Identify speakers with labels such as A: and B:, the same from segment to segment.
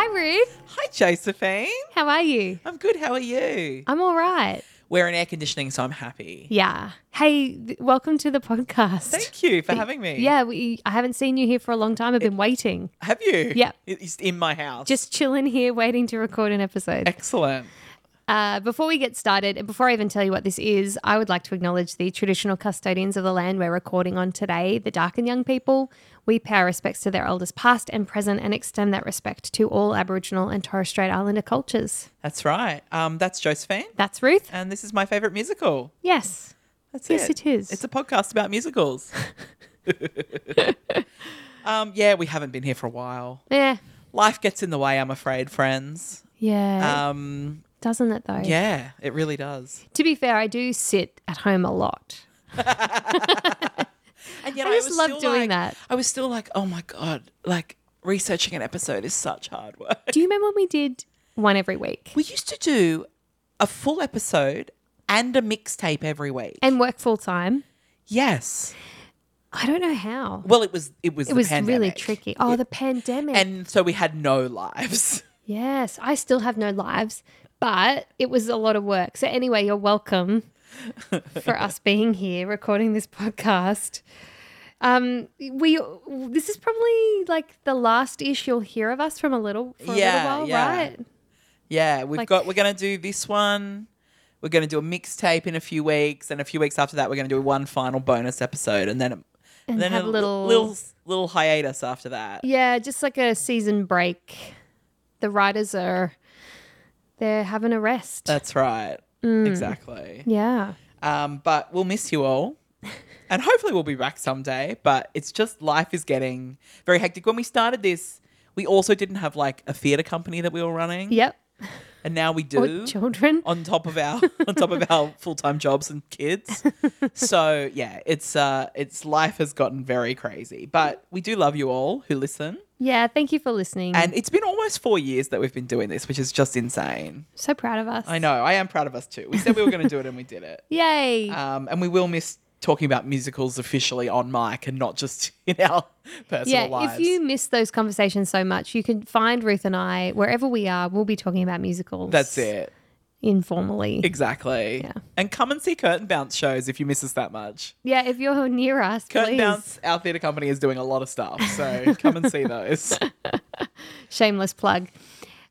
A: Hi, Josephine.
B: How are you?
A: I'm good. How are you?
B: I'm all right.
A: We're in air conditioning, so I'm happy.
B: Yeah. Hey, th- welcome to the podcast.
A: Thank you for having me.
B: Yeah, we, I haven't seen you here for a long time. I've been waiting,
A: Have you?
B: Yeah.
A: It's in my house.
B: just chilling here, waiting to record an episode.
A: excellent.
B: Uh, before we get started, and before I even tell you what this is, I would like to acknowledge the traditional custodians of the land we're recording on today, the Dark and Young people. We pay our respects to their elders, past and present, and extend that respect to all Aboriginal and Torres Strait Islander cultures.
A: That's right. Um, that's Josephine,
B: That's Ruth.
A: and this is my favorite musical.
B: Yes.
A: That's
B: Yes, it is.
A: It's a podcast about musicals. um, yeah, we haven't been here for a while.
B: Yeah.
A: Life gets in the way, I'm afraid, friends.
B: Yeah.
A: Um,
B: Doesn't it though?
A: yeah, it really does.
B: To be fair, I do sit at home a lot.
A: And yet
B: I just
A: was
B: love
A: still
B: doing
A: like-
B: that.
A: I was still like, oh my god, like researching an episode is such hard work.
B: Do you remember when we did one every week
A: We used to do a full episode and a mixtape every week.
B: and work full time?
A: yes.
B: I don't know how.
A: Well, it was it was
B: It
A: the
B: was
A: pandemic.
B: really tricky. Oh, the pandemic.
A: and so we had no lives.
B: yes, I still have no lives, but it was a lot of work. So, anyway, you're welcome for us being here recording this podcast. Um, we this is probably like the last ish you'll hear of us from a little for
A: Yeah,
B: a little while,
A: yeah.
B: right?
A: Yeah, we've
B: Like-
A: got we're going to do this one. We're going to do a mixtape in a few weeks, and a few weeks after that, we're going to do one final bonus episode, and then and
B: And
A: then
B: have
A: a
B: little-
A: little little hiatus after that.
B: Yeah, just like a season break. The writers are they're having a rest.
A: That's right.
B: Mm.
A: Exactly.
B: yeah.
A: Um, but we'll miss you all. And hopefully we'll be back someday. But it's just life is getting very hectic. When we started this, we also didn't have like a theatre company that we were running.
B: Yep.
A: And now we
B: Or
A: do.
B: children.
A: On top of our on top of our full time jobs and kids. so yeah, it's uh it's life has gotten very crazy. But we do love you all who listen.
B: Yeah, thank you for listening.
A: And it's been almost four years that we've been doing this, which is just insane.
B: so proud of us.
A: I know, I am proud of us too. We said we were gonna do it and we did it.
B: Yay.
A: Um, and we will miss talking about musicals officially on mic and not just in our personal
B: yeah,
A: lives.
B: if you miss those conversations so much, you can find Ruth and I wherever we are. We'll be talking about musicals.
A: That's it.
B: Informally.
A: Exactly.
B: Yeah.
A: And come and see Curtain Bounce shows if you miss us that much.
B: yeah, if you're near us,
A: Curtain
B: please.
A: Bounce, our theatre company, is doing a lot of stuff. So come and see those.
B: Shameless plug.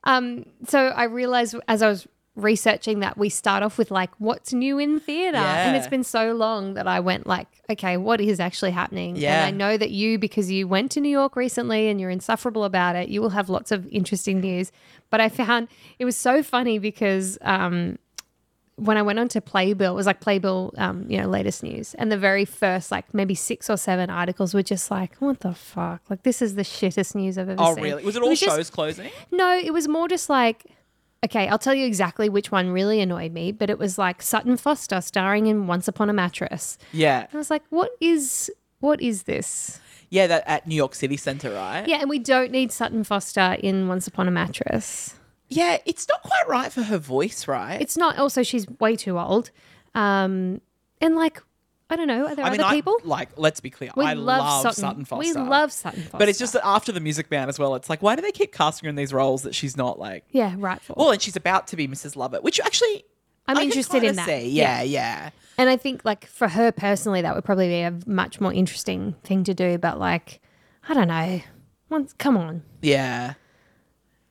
B: Um, so I realized as I was researching that we start off with like what's new in theater and
A: Yeah.
B: it's been so long that I went like okay what is actually happening
A: Yeah.
B: and I know that you because you went to New York recently and you're insufferable about it you will have lots of interesting news but I found it was so funny because um when I went on to Playbill, it was like Playbill, um, you know, latest news. And the very first, like maybe six or seven articles were just like, what the fuck? Like, this is the shittest news I've ever
A: Oh,
B: seen.
A: really? Was it all
B: just-
A: shows closing?
B: no, it was more just like, okay, I'll tell you exactly which one really annoyed me, but it was like Sutton Foster starring in Once Upon a Mattress.
A: Yeah.
B: I was like, what is what is this?
A: Yeah, that at New York City Centre, right?
B: Yeah, and we don't need Sutton Foster in Once Upon a Mattress.
A: Yeah, it's not quite right for her voice, right?
B: It's not. Also, she's way too old. Um, and like, I don't know, are there other
A: I,
B: people?
A: Like, let's be clear. I love, Sutton, Foster.
B: We love Sutton Foster.
A: But it's just that after the music band as well, it's like, why do they keep casting her in these roles that she's not like?
B: yeah, right. For
A: Well, and she's about to be Mrs. Lovett, which actually
B: I'm
A: I can
B: interested
A: kinda
B: in that.
A: See. Yeah, yeah,
B: And I think, like, for her personally, that would probably be a much more interesting thing to do. But, like, I don't know. Once, come on.
A: yeah.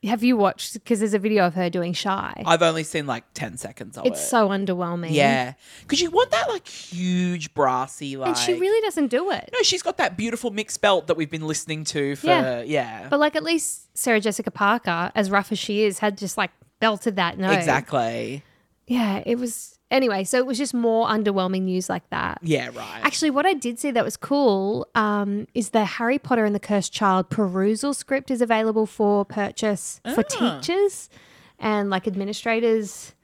B: Have you watched? Because there's a video of her doing Shy.
A: I've only seen like ten seconds of
B: It's
A: it.
B: so underwhelming.
A: yeah, because you want that like huge brassy like.
B: And she really doesn't do it.
A: No, she's got that beautiful mixed belt that we've been listening to for
B: Yeah.
A: yeah.
B: But, like, at least Sarah Jessica Parker, as rough as she is, had just, like, belted that note.
A: Exactly.
B: Yeah. It was. Anyway, so it was just more underwhelming news like that.
A: Yeah. Right.
B: Actually, what I did see that was cool um, is the Harry Potter and the Cursed Child perusal script is available for purchase for
A: Ah.
B: teachers and like administrators.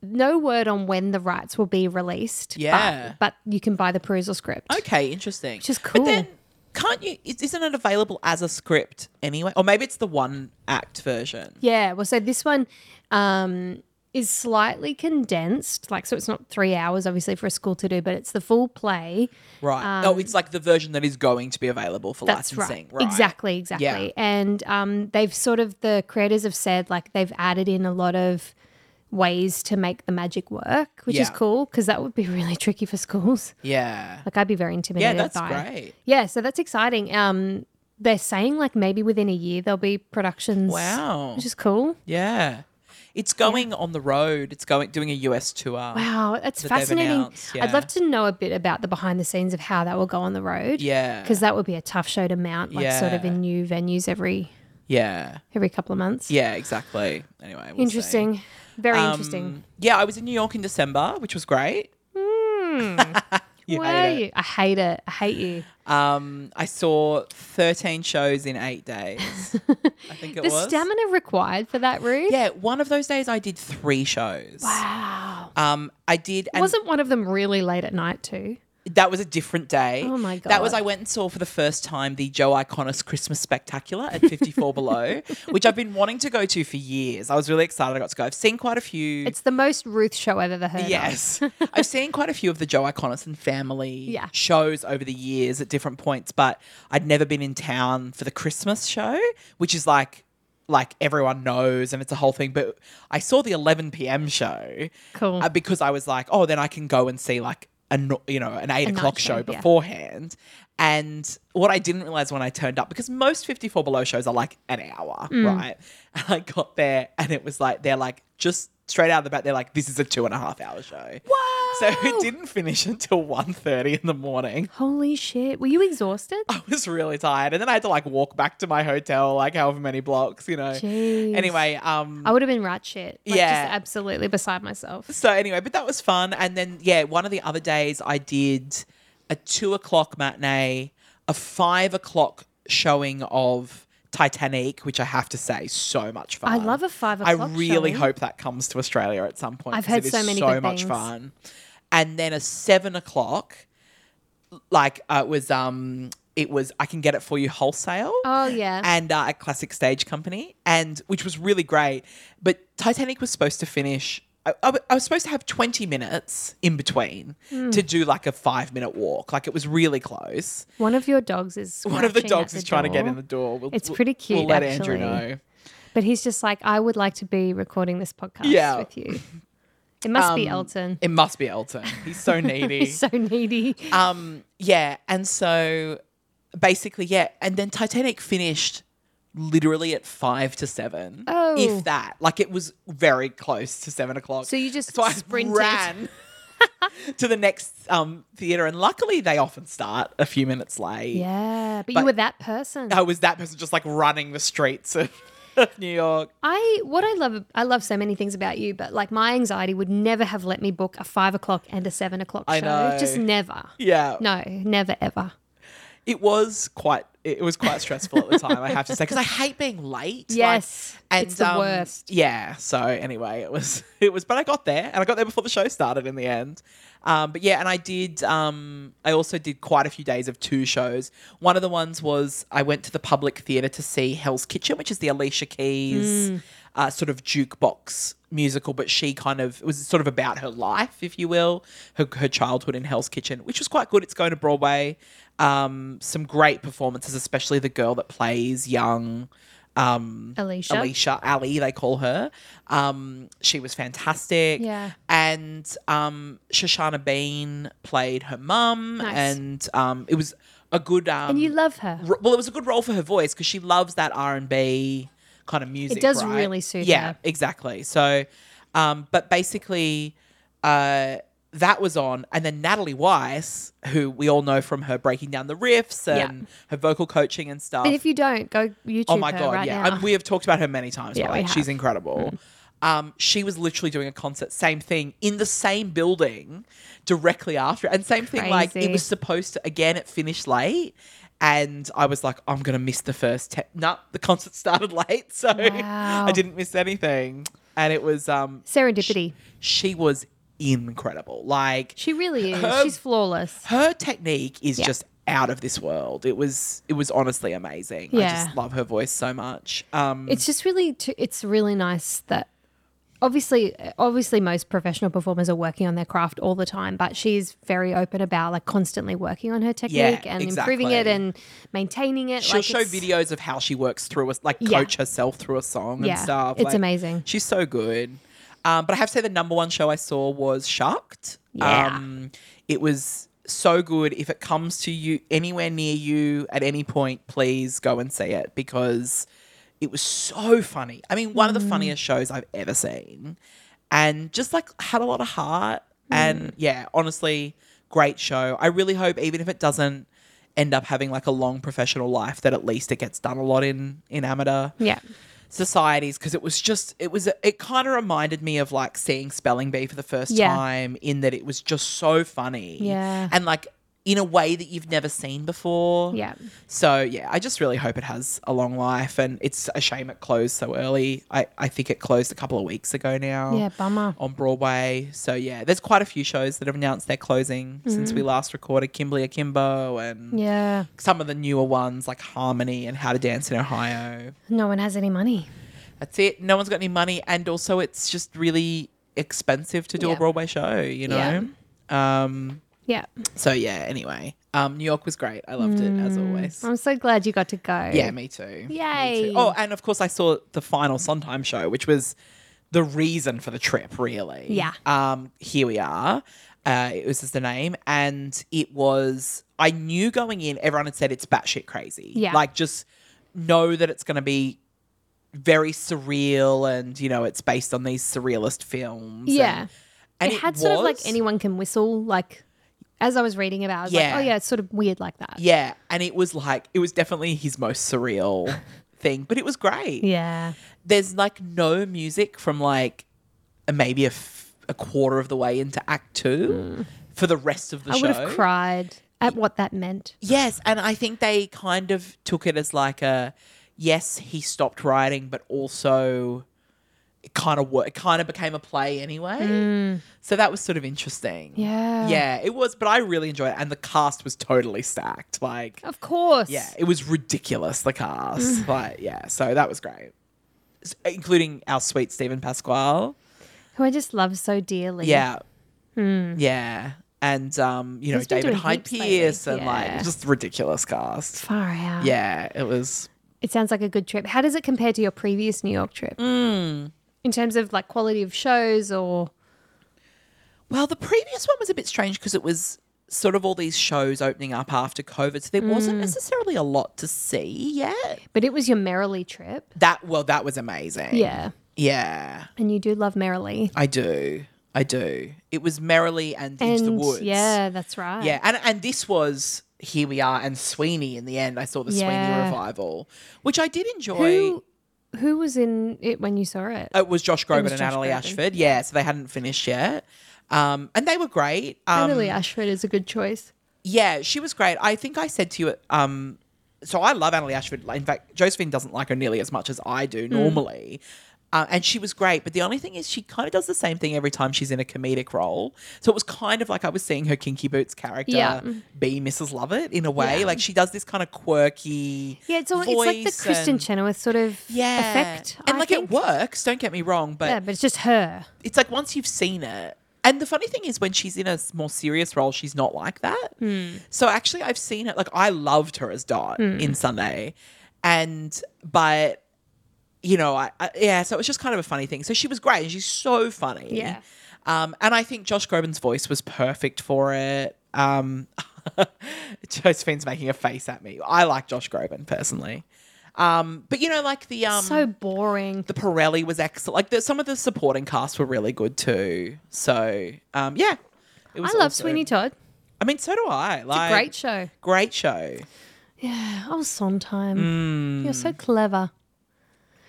B: No word on when the rights will be released. but-
A: Yeah.
B: But, you can buy the perusal script.
A: okay. Interesting.
B: Which is
A: But
B: cool.
A: then can't you? is- Isn't it available as a script anyway? Or maybe it's the one act version.
B: Yeah. Well, so this one, um, is slightly condensed. Like, so it's not three hours, obviously, for a school to do, but it's the full play.
A: Right. oh, it's like the version that is going to be available for
B: Um, That's
A: licensing.
B: right.
A: Right.
B: Exactly, exactly. And um, they've sort of, the creators have said, like, they've added in a lot of ways to make the magic work, which is
A: Yeah.
B: cool because that would be really tricky for schools.
A: Yeah.
B: Like, I'd be very
A: Yeah,
B: intimidated
A: that's
B: by
A: great.
B: Yeah, so that's exciting. Um, they're saying like maybe within a year there'll be productions.
A: Wow.
B: which is cool.
A: Yeah. It's going on the road. It's going doing a US tour.
B: Wow, that's
A: That they've
B: fascinating.
A: announced,
B: I'd love
A: yeah.
B: to know a bit about the behind the scenes of how that will go on the road.
A: Yeah.
B: because that would be a tough show to mount, like sort of
A: Yeah.
B: in new venues every
A: Yeah.
B: every couple of months.
A: Yeah, exactly. Anyway, we'll see.
B: interesting. Very
A: Um,
B: interesting.
A: Yeah, I was in New York in December, which was great. you
B: Where
A: hate
B: are you? I hate it. I hate you.
A: Um, I saw 13 shows in eight days. I think it
B: the
A: was.
B: stamina required for that route.
A: yeah, one of those days I did three shows.
B: Wow.
A: Um, I did, and
B: Wasn't one of them really late at night too?
A: that was a different day.
B: Oh my
A: That was
B: God.
A: I went and saw for the first time the Joe Iconis Christmas Spectacular at 54 Below, which I've been wanting to go to for years. I was really excited I got to go. I've seen quite a few.
B: It's the most Ruth show I've ever heard. of.
A: Yes. I've seen quite a few of the Joe Iconison family
B: Yeah.
A: shows over the years at different points, but I'd never been in town for the Christmas show, which is like like everyone knows and it's a whole thing. But I saw the eleven PM show
B: Cool.
A: uh, because I was like, oh, then I can go and see like a no- you know an eight
B: night
A: o'clock
B: show,
A: show,
B: yeah.
A: beforehand. And what I didn't realize when I turned up, because most Fifty Four Below shows are like an hour,
B: Mm.
A: right? And I got there, and it was like they're like just straight out of the bat, they're like, this is a two and a half hour show. So it didn't finish until 1.30 in the morning.
B: Holy shit. Were you exhausted?
A: I was really tired. And then I had to like walk back to my hotel, like however many blocks, you know.
B: Jeez.
A: Anyway, um,
B: I would have been rat shit. Like,
A: Yeah.
B: Just absolutely beside myself.
A: So anyway, but that was fun. And then yeah, one of the other days I did a two o'clock matinee, a five o'clock showing of Titanic, which I have to say, so much fun.
B: I love a five
A: I
B: o'clock.
A: really
B: showing.
A: hope that comes to Australia at some point.
B: I've
A: 'cause
B: heard
A: it is
B: so many
A: so
B: good
A: much
B: things.
A: fun. And then a seven o'clock, like uh, it was um it was I can get it for you wholesale
B: Oh, yeah.
A: and uh, at Classic Stage Company, and which was really great. But Titanic was supposed to finish. I, I w- I was supposed to have 20 minutes in between
B: Hmm.
A: to do like a five minute walk. Like it was really close.
B: One of your dogs is.
A: One of the
B: scratching at
A: dogs is trying to get in the
B: door,
A: door. We'll,
B: It's
A: we'll-
B: pretty
A: We'll
B: cute,
A: let Andrew
B: actually.
A: know.
B: But he's just like, I would like to be recording this podcast
A: Yeah. Um,
B: with you. It must be Elton.
A: It must be Elton. He's so needy.
B: He's so needy.
A: um, yeah. And so basically, yeah. And then Titanic finished literally at five to seven.
B: Oh.
A: If that. Like it was very close to seven o'clock.
B: So you just
A: So I
B: sprinted.
A: ran to the next um, theater, and luckily they often start a few minutes late.
B: Yeah. But,
A: But-
B: you were that person.
A: I was that person just like running the streets of New York.
B: I what I love I love so many things about you, but like my anxiety would never have let me book a five o'clock and a seven o'clock show.
A: I know.
B: Just never.
A: Yeah,
B: No, never ever.
A: it was quite it was quite stressful at the time. I have to say because I hate being late. like, um,
B: Yes, it's the worst.
A: Yeah. So anyway, it was it was, but I got there and I got there before the show started in the end. Um, but yeah, and I did. Um, I also did quite a few days of two shows. One of the ones was I went to the public theatre to see Hell's Kitchen, which is the Alicia Keys uh, sort of jukebox musical, but she kind of it was sort of about her life, if you will, her, her childhood in Hell's Kitchen, which was quite good. It's going to Broadway. Um, some great performances, especially the girl that plays young. Um,
B: Alicia.
A: Alicia Ali, they call her. Um, she was fantastic.
B: Yeah.
A: And um, Shoshana Bean played her mum,
B: Nice.
A: and um, it was a good. Um,
B: And you love her.
A: r- well, it was a good role for her voice because she loves that R and B kind of music.
B: does
A: right?
B: really suit
A: Yeah,
B: her.
A: exactly. So, um, but basically, uh, that was on, and then Natalie Weiss, who we all know from her breaking down the riffs
B: Yeah.
A: and her vocal coaching and stuff.
B: And if you don't, go YouTube
A: Oh my
B: her
A: god,
B: right
A: yeah.
B: now.
A: And we have talked about her many times,
B: Yeah,
A: but
B: we
A: like she's
B: have. Mm-hmm.
A: incredible. Um, she was literally doing a concert, same thing, in the same building directly after. And same thing, like it
B: Crazy.
A: was supposed to again, it finished late. And I was like, I'm gonna miss the first ten. No, the concert started late, so
B: Wow.
A: I didn't miss anything. And it was um
B: Serendipity.
A: she was incredible. Like
B: She really is.
A: Her-
B: She's flawless.
A: her technique is
B: Yeah.
A: just out of this world. It was it was honestly amazing. I
B: Yeah.
A: just love her voice so much. Um
B: It's just really, t- it's really nice that obviously obviously most professional performers are working on their craft all the time but she's very open about like constantly working on her technique and improving it
A: exactly.
B: and maintaining it
A: She'll
B: like
A: show
B: it's-
A: videos of how she works through us, like
B: Yeah.
A: coach herself through a song
B: Yeah,
A: and stuff.
B: it's
A: Like,
B: amazing.
A: She's so good. Um, but I have to say the number one show I saw was Sharked.
B: Yeah.
A: Um, it was so good. If it comes to you anywhere near you at any point, please go and see it because it was so funny. I mean, one of the funniest shows I've ever seen. And just like had a lot of heart. And yeah, honestly, great show. I really hope even if it doesn't end up having like a long professional life that at least it gets done a lot in in amateur
B: yeah
A: societies because it was just it was it kind of reminded me of like seeing spelling bee for the first
B: Yeah.
A: time in that it was just so funny
B: Yeah.
A: and like in a way that you've never seen before
B: yeah
A: so yeah i just really hope it has a long life and it's a shame it closed so early i i think it closed a couple of weeks ago now
B: yeah bummer
A: on Broadway. So yeah, there's quite a few shows that have announced they're closing since
B: Mm.
A: we last recorded Kimberly Akimbo and
B: yeah
A: some of the newer ones like Harmony and How to Dance in Ohio.
B: no one has any money
A: That's it. No one's got any money and also it's just really expensive to do
B: Yeah.
A: a Broadway show, you
B: Yeah.
A: know? Um
B: yeah
A: so yeah, anyway. Um New York was great. I loved it as
B: Mm.
A: always.
B: i'm so glad you got to go
A: Yeah, me too. Me too.
B: Yay.
A: Oh, and of course I saw the final Sondheim show, which was the reason for the trip, really.
B: Yeah.
A: Um, here we are. Uh, it was just the name, and it was. I knew going in, everyone had said it's batshit crazy.
B: Yeah.
A: Like just know that it's going to be very surreal, and you know it's based on these surrealist films.
B: Yeah.
A: and, and
B: it, had sort of like
A: was.
B: anyone can whistle like as i was reading about it, I was
A: Yeah.
B: like oh yeah it's sort of weird like that
A: Yeah, and it was like it was definitely his most surreal thing, but it was great.
B: yeah
A: there's like no music from like maybe a, f- a quarter of the way into act two for the rest of the
B: Mm. i
A: show.
B: would have cried at what that meant
A: Yes, and I think they kind of took it as like a yes, he stopped writing, but also it kind of worked. It kind of became a play anyway. So that was sort of interesting.
B: Mm. Yeah.
A: yeah, it was. But I really enjoyed it, and the cast was totally stacked. Like,
B: of course
A: yeah, it was ridiculous. The cast, like, yeah. So that was great, S- including our sweet Stephen Pasquale.
B: who i just love so dearly
A: Yeah. Hmm. Yeah. And um, you know,
B: He's been
A: David
B: doing
A: Hyde
B: heaps lately.
A: Pierce and
B: Yeah.
A: like just ridiculous cast.
B: far out
A: Yeah, it was
B: It sounds like a good trip. How does it compare to your previous New York trip? Hmm. In terms of like quality of shows or
A: Well, the previous one was a bit strange because it was sort of all these shows opening up after COVID. So there wasn't necessarily a lot to see yet.
B: but it was your Merrily trip.
A: That well, that was amazing.
B: Yeah.
A: Yeah.
B: And you do love Merrily.
A: I do. I do. It was Merrily and, Into the
B: And
A: Woods.
B: yeah, that's right.
A: Yeah, and and this was here we are and Sweeney in the end. I saw the
B: Yeah.
A: Sweeney revival, which I did enjoy.
B: Who who was in it when you saw it?
A: It was Josh Groban
B: was
A: and
B: Josh
A: Annalie
B: Groban.
A: Ashford. Yeah, so they hadn't finished yet. Um, and they were great. Um,
B: Emily Ashford is a good choice.
A: yeah, she was great. I think I said to you, um, so I love Annalie Ashford. In fact, Josephine doesn't like her nearly as much as I
B: Hmm.
A: do normally. Uh, and she was great. But the only thing is, she kind of does the same thing every time she's in a comedic role. So it was kind of like I was seeing her Kinky Boots character
B: Yeah.
A: be Mrs. Lovett in a way. Like she does this kind of quirky.
B: Yeah, it's all, it's like the
A: voice
B: Kristen
A: and-
B: Chenoweth sort of
A: yeah.
B: effect.
A: And
B: I
A: like
B: think.
A: it works, don't get me wrong, but
B: Yeah, but it's just her.
A: it's like once you've seen it and the funny thing is when she's in a s- more serious role she's not like that
B: Hmm.
A: so actually i've seen it like i loved her as dot in sunday and but you know I, I yeah so it was just kind of a funny thing so she was great and she's so funny
B: Yeah.
A: um, and I think Josh Groban's voice was perfect for it. Um, Josephine's making a face at me. I like Josh Groban personally, um, but you know, like the um,
B: so boring.
A: the Pirelli was excellent. Like the, some of the supporting cast were really good too. So um, yeah, it
B: I
A: was.
B: love
A: also-
B: Sweeney Todd.
A: I mean, so do I. Like
B: Great show.
A: great show.
B: Oh, Sondheim. You're so
A: Mm.
B: clever.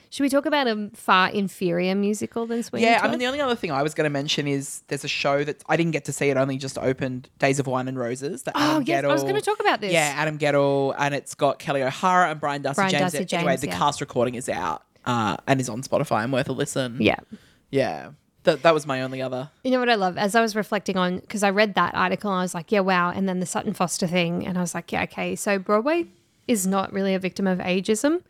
B: Should we talk about a far inferior musical than Sweeney
A: Yeah, I
B: Todd?
A: mean, the only other thing I was going to mention is there's a show that I didn't get to see. It only just opened, Days of Wine and Roses. That
B: Oh,
A: Adam
B: yes, I was
A: Gettle-
B: gonna talk about this.
A: Yeah, Adam Gettle, and it's got Kelly O'Hara and Brian Darcy
B: Brian
A: James.
B: Darcy
A: anyway,
B: James,
A: the
B: yeah.
A: cast recording is out uh, and is on Spotify and worth a listen.
B: yeah.
A: yeah. That that was my only other.
B: You know what I love? As I was reflecting on, because I read that article and I was like, yeah, wow. And then the Sutton Foster thing. And I was like, yeah, okay. So Broadway is not really a victim of ageism.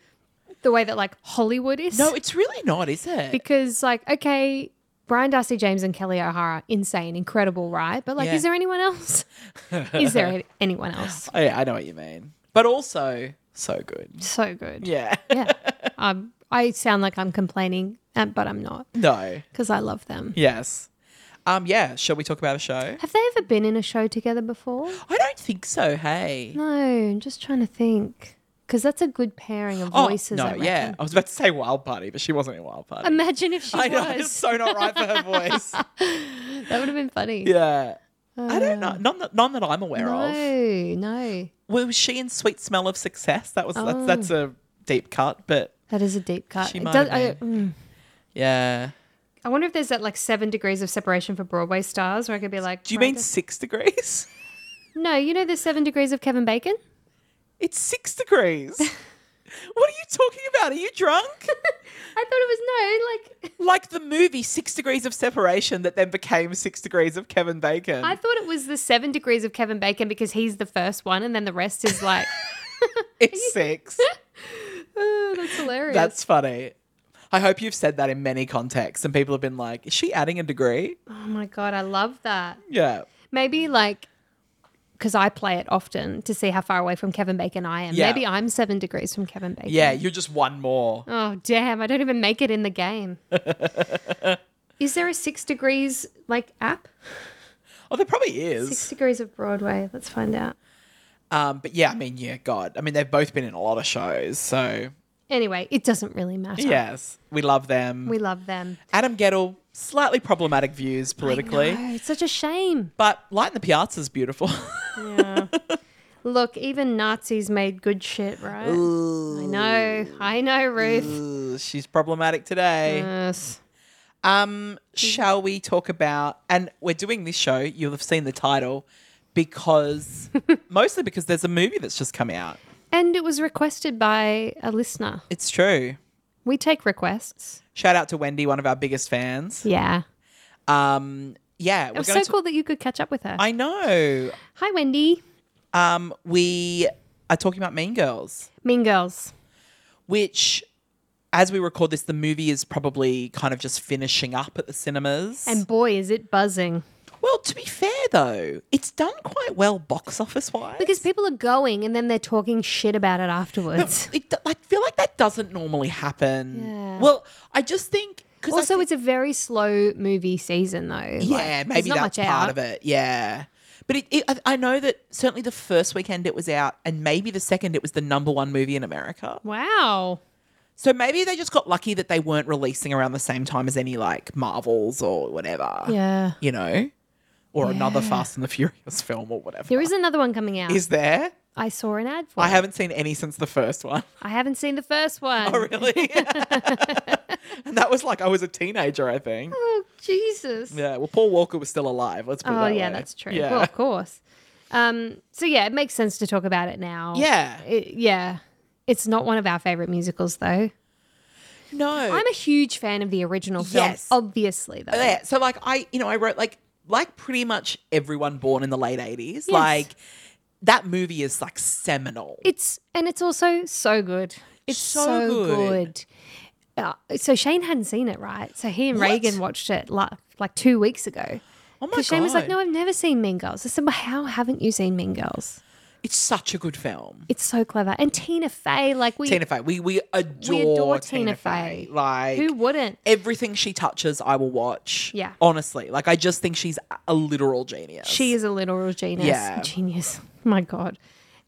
B: the way that like Hollywood is.
A: No, it's really not, is it?
B: because like okay, Brian Darcy James and Kelly O'Hara, insane, incredible, right? But like,
A: Yeah.
B: is there anyone else? is there anyone else?
A: oh, yeah, I know what you mean. But also, so good.
B: So good.
A: Yeah.
B: Yeah. Um, I sound like I'm complaining, uh, but I'm not
A: no.
B: because I love them.
A: Yes. Um. Yeah. Shall we talk about a show?
B: Have they ever been in a show together before?
A: I don't think so. Hey.
B: No, I'm just trying to think because that's a good pairing of voices.
A: Oh, no.
B: I reckon.
A: yeah. I was about to say Wild Party, but she wasn't in Wild Party.
B: Imagine if she
A: I know. It's
B: was.
A: so not right for her voice.
B: That would have been funny.
A: Yeah. I don't know. None that, none that I'm aware of.
B: No, no.
A: Well, was she in Sweet Smell of Success? That was that's, that's
B: Oh.
A: a deep cut, but
B: That is a deep cut.
A: She
B: It
A: might
B: does- I,
A: have
B: mm.
A: yeah.
B: I wonder if there's that like seven degrees of separation for Broadway stars where I could be like,
A: Do you
B: right,
A: mean
B: this-
A: six degrees?
B: No, you know there's seven degrees of Kevin Bacon?
A: It's six degrees. what are you talking about? Are you drunk?
B: I thought it was no, like,
A: like the movie Six Degrees of Separation that then became Six Degrees of Kevin Bacon.
B: I thought it was the seven degrees of Kevin Bacon because he's the first one and then the rest is like,
A: it's six.
B: oh, that's hilarious.
A: That's funny. I hope you've said that in many contexts and people have been like, is she adding a degree?
B: Oh my God, I love that.
A: Yeah.
B: Maybe like, because I play it often to see how far away from Kevin Bacon I am.
A: Yeah.
B: Maybe I'm seven degrees from Kevin Bacon.
A: Yeah, you're just one more.
B: Oh, damn. I don't even make it in the game. is there a six degrees like app?
A: Oh, there probably
B: Six
A: is.
B: degrees of Broadway. Let's find out.
A: Um, but yeah, I mean, yeah, God. I mean, they've both been in a lot of shows. So,
B: Anyway, it doesn't really matter.
A: yes, we love them.
B: We love them.
A: Adam Gettle, slightly problematic views politically,
B: No, it's such a shame.
A: but Light in the Piazza is beautiful.
B: Yeah. Look, even Nazis made good shit, right? I know. I know, Ruth.
A: Ooh, She's problematic today.
B: Yes.
A: Um, shall we talk about? And we're doing this show. You'll have seen the title because mostly because there's a movie that's just come out.
B: And it was requested by a listener.
A: It's true.
B: We take requests.
A: Shout out to Wendy, one of our biggest fans.
B: Yeah.
A: Um, yeah,
B: It
A: we're
B: was
A: going
B: so
A: to.
B: cool that you could catch up with her.
A: I know.
B: Hi, Wendy.
A: Um, we are talking about Mean Girls,
B: Mean Girls.
A: which, as we record this, the movie is probably kind of just finishing up at the cinemas.
B: And boy, is it buzzing.
A: well, to be fair though, it's done quite well box office wise.
B: Because people are going and then they're talking shit about it afterwards.
A: It, do- I feel like that doesn't normally happen.
B: Yeah.
A: Well, I just think because
B: Also, it's a very slow movie season, though.
A: yeah,
B: Like, there's
A: maybe
B: not
A: that's
B: much
A: part
B: out.
A: of it. Yeah, but it, it, I- I know that certainly the first weekend it was out, and maybe the second it was the number one movie in America.
B: Wow.
A: So maybe they just got lucky that they weren't releasing around the same time as any like Marvels or whatever.
B: Yeah.
A: you know, or another
B: Yeah.
A: Fast and the Furious film or whatever.
B: There is another one coming out.
A: Is there?
B: I saw an ad for
A: I
B: it.
A: haven't seen any since the first one.
B: I haven't seen the first one.
A: Oh, really? and that was like I was a teenager, I think.
B: Oh, Jesus.
A: Yeah, well, Paul Walker was still alive. Let's put it
B: oh,
A: that
B: yeah,
A: way.
B: that's true.
A: Yeah.
B: Well, of course. Um, so, yeah, it makes sense to talk about it now.
A: Yeah.
B: It- yeah. It's not one of our favorite musicals, though.
A: no.
B: I'm a huge fan of the original film,
A: Uh, Yes.
B: obviously, though.
A: yeah. So like I, you know, I wrote like like pretty much everyone born in the late 80s. Like that movie is like seminal.
B: It's and it's also so good. It's
A: So
B: so,
A: good.
B: good. Uh, so Shane hadn't seen it, right? So he and
A: What?
B: Reagan watched it like like two weeks ago.
A: oh my god.
B: Because Shane was like, "No, I've never seen Mean Girls." I said, "Well, how haven't you seen Mean Girls?
A: It's such a good film.
B: It's so clever." And Tina Fey, like we,
A: Tina Fey. We we adore,
B: adore Tina
A: Tina, Fey.
B: Fey.
A: Like
B: who wouldn't?
A: everything she touches, I will watch.
B: Yeah.
A: Honestly. Like I just think she's a- a literal genius.
B: She is a literal genius.
A: Yeah.
B: Genius. My God.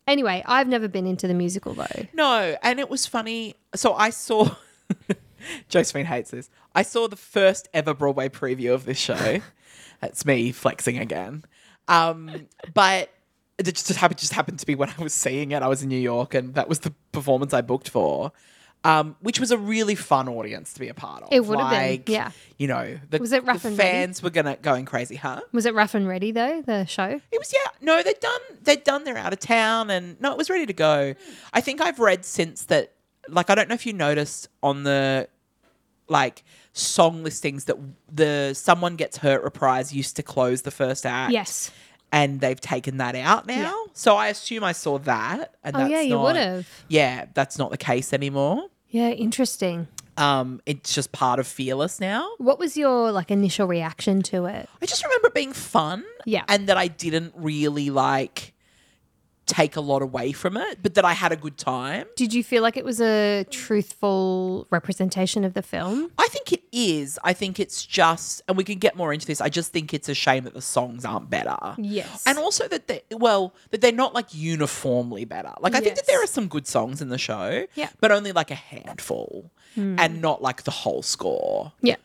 B: Anyway, I've never been into the musical though.
A: No, and it was funny. So I saw Josephine hates this. I saw the first ever Broadway preview of this show. That's me flexing again. Um, but it just happened just happened to be when I was seeing it. I was in New York and that was the performance I booked for. Um, which was a really fun audience to be a part of.
B: It would have been,
A: Like,
B: yeah.
A: You know, the,
B: Was it
A: the
B: Rough and Ready?
A: fans were gonna going crazy, huh?
B: Was it Rough and Ready though? The show.
A: It was yeah. No, they'd done they'd done their out of town and no, it was ready to go.
B: Hmm.
A: I think I've read since that like I don't know if you noticed on the like song listings that the someone gets hurt reprise used to close the first act.
B: Yes.
A: And they've taken that out now. So I assume I saw that and
B: Oh
A: that's
B: yeah, you
A: not-
B: would have.
A: Yeah, that's not the case anymore.
B: Yeah, interesting.
A: Um, it's just part of Fearless now.
B: What was your like initial reaction to it?
A: I just remember it being fun.
B: Yeah.
A: And that I didn't really like take a lot away from it, but that I had a good time.
B: Did you feel like it was a truthful representation of the film?
A: I think it is. I think it's just, and we can get more into this. I just think it's a shame that the songs aren't better.
B: Yes.
A: And also that they, well, that they're not like uniformly better. Like, I think that
B: Yes.
A: there are some good songs in the show,
B: Yeah. Hmm.
A: but only like a handful and not like the whole score.
B: Yeah.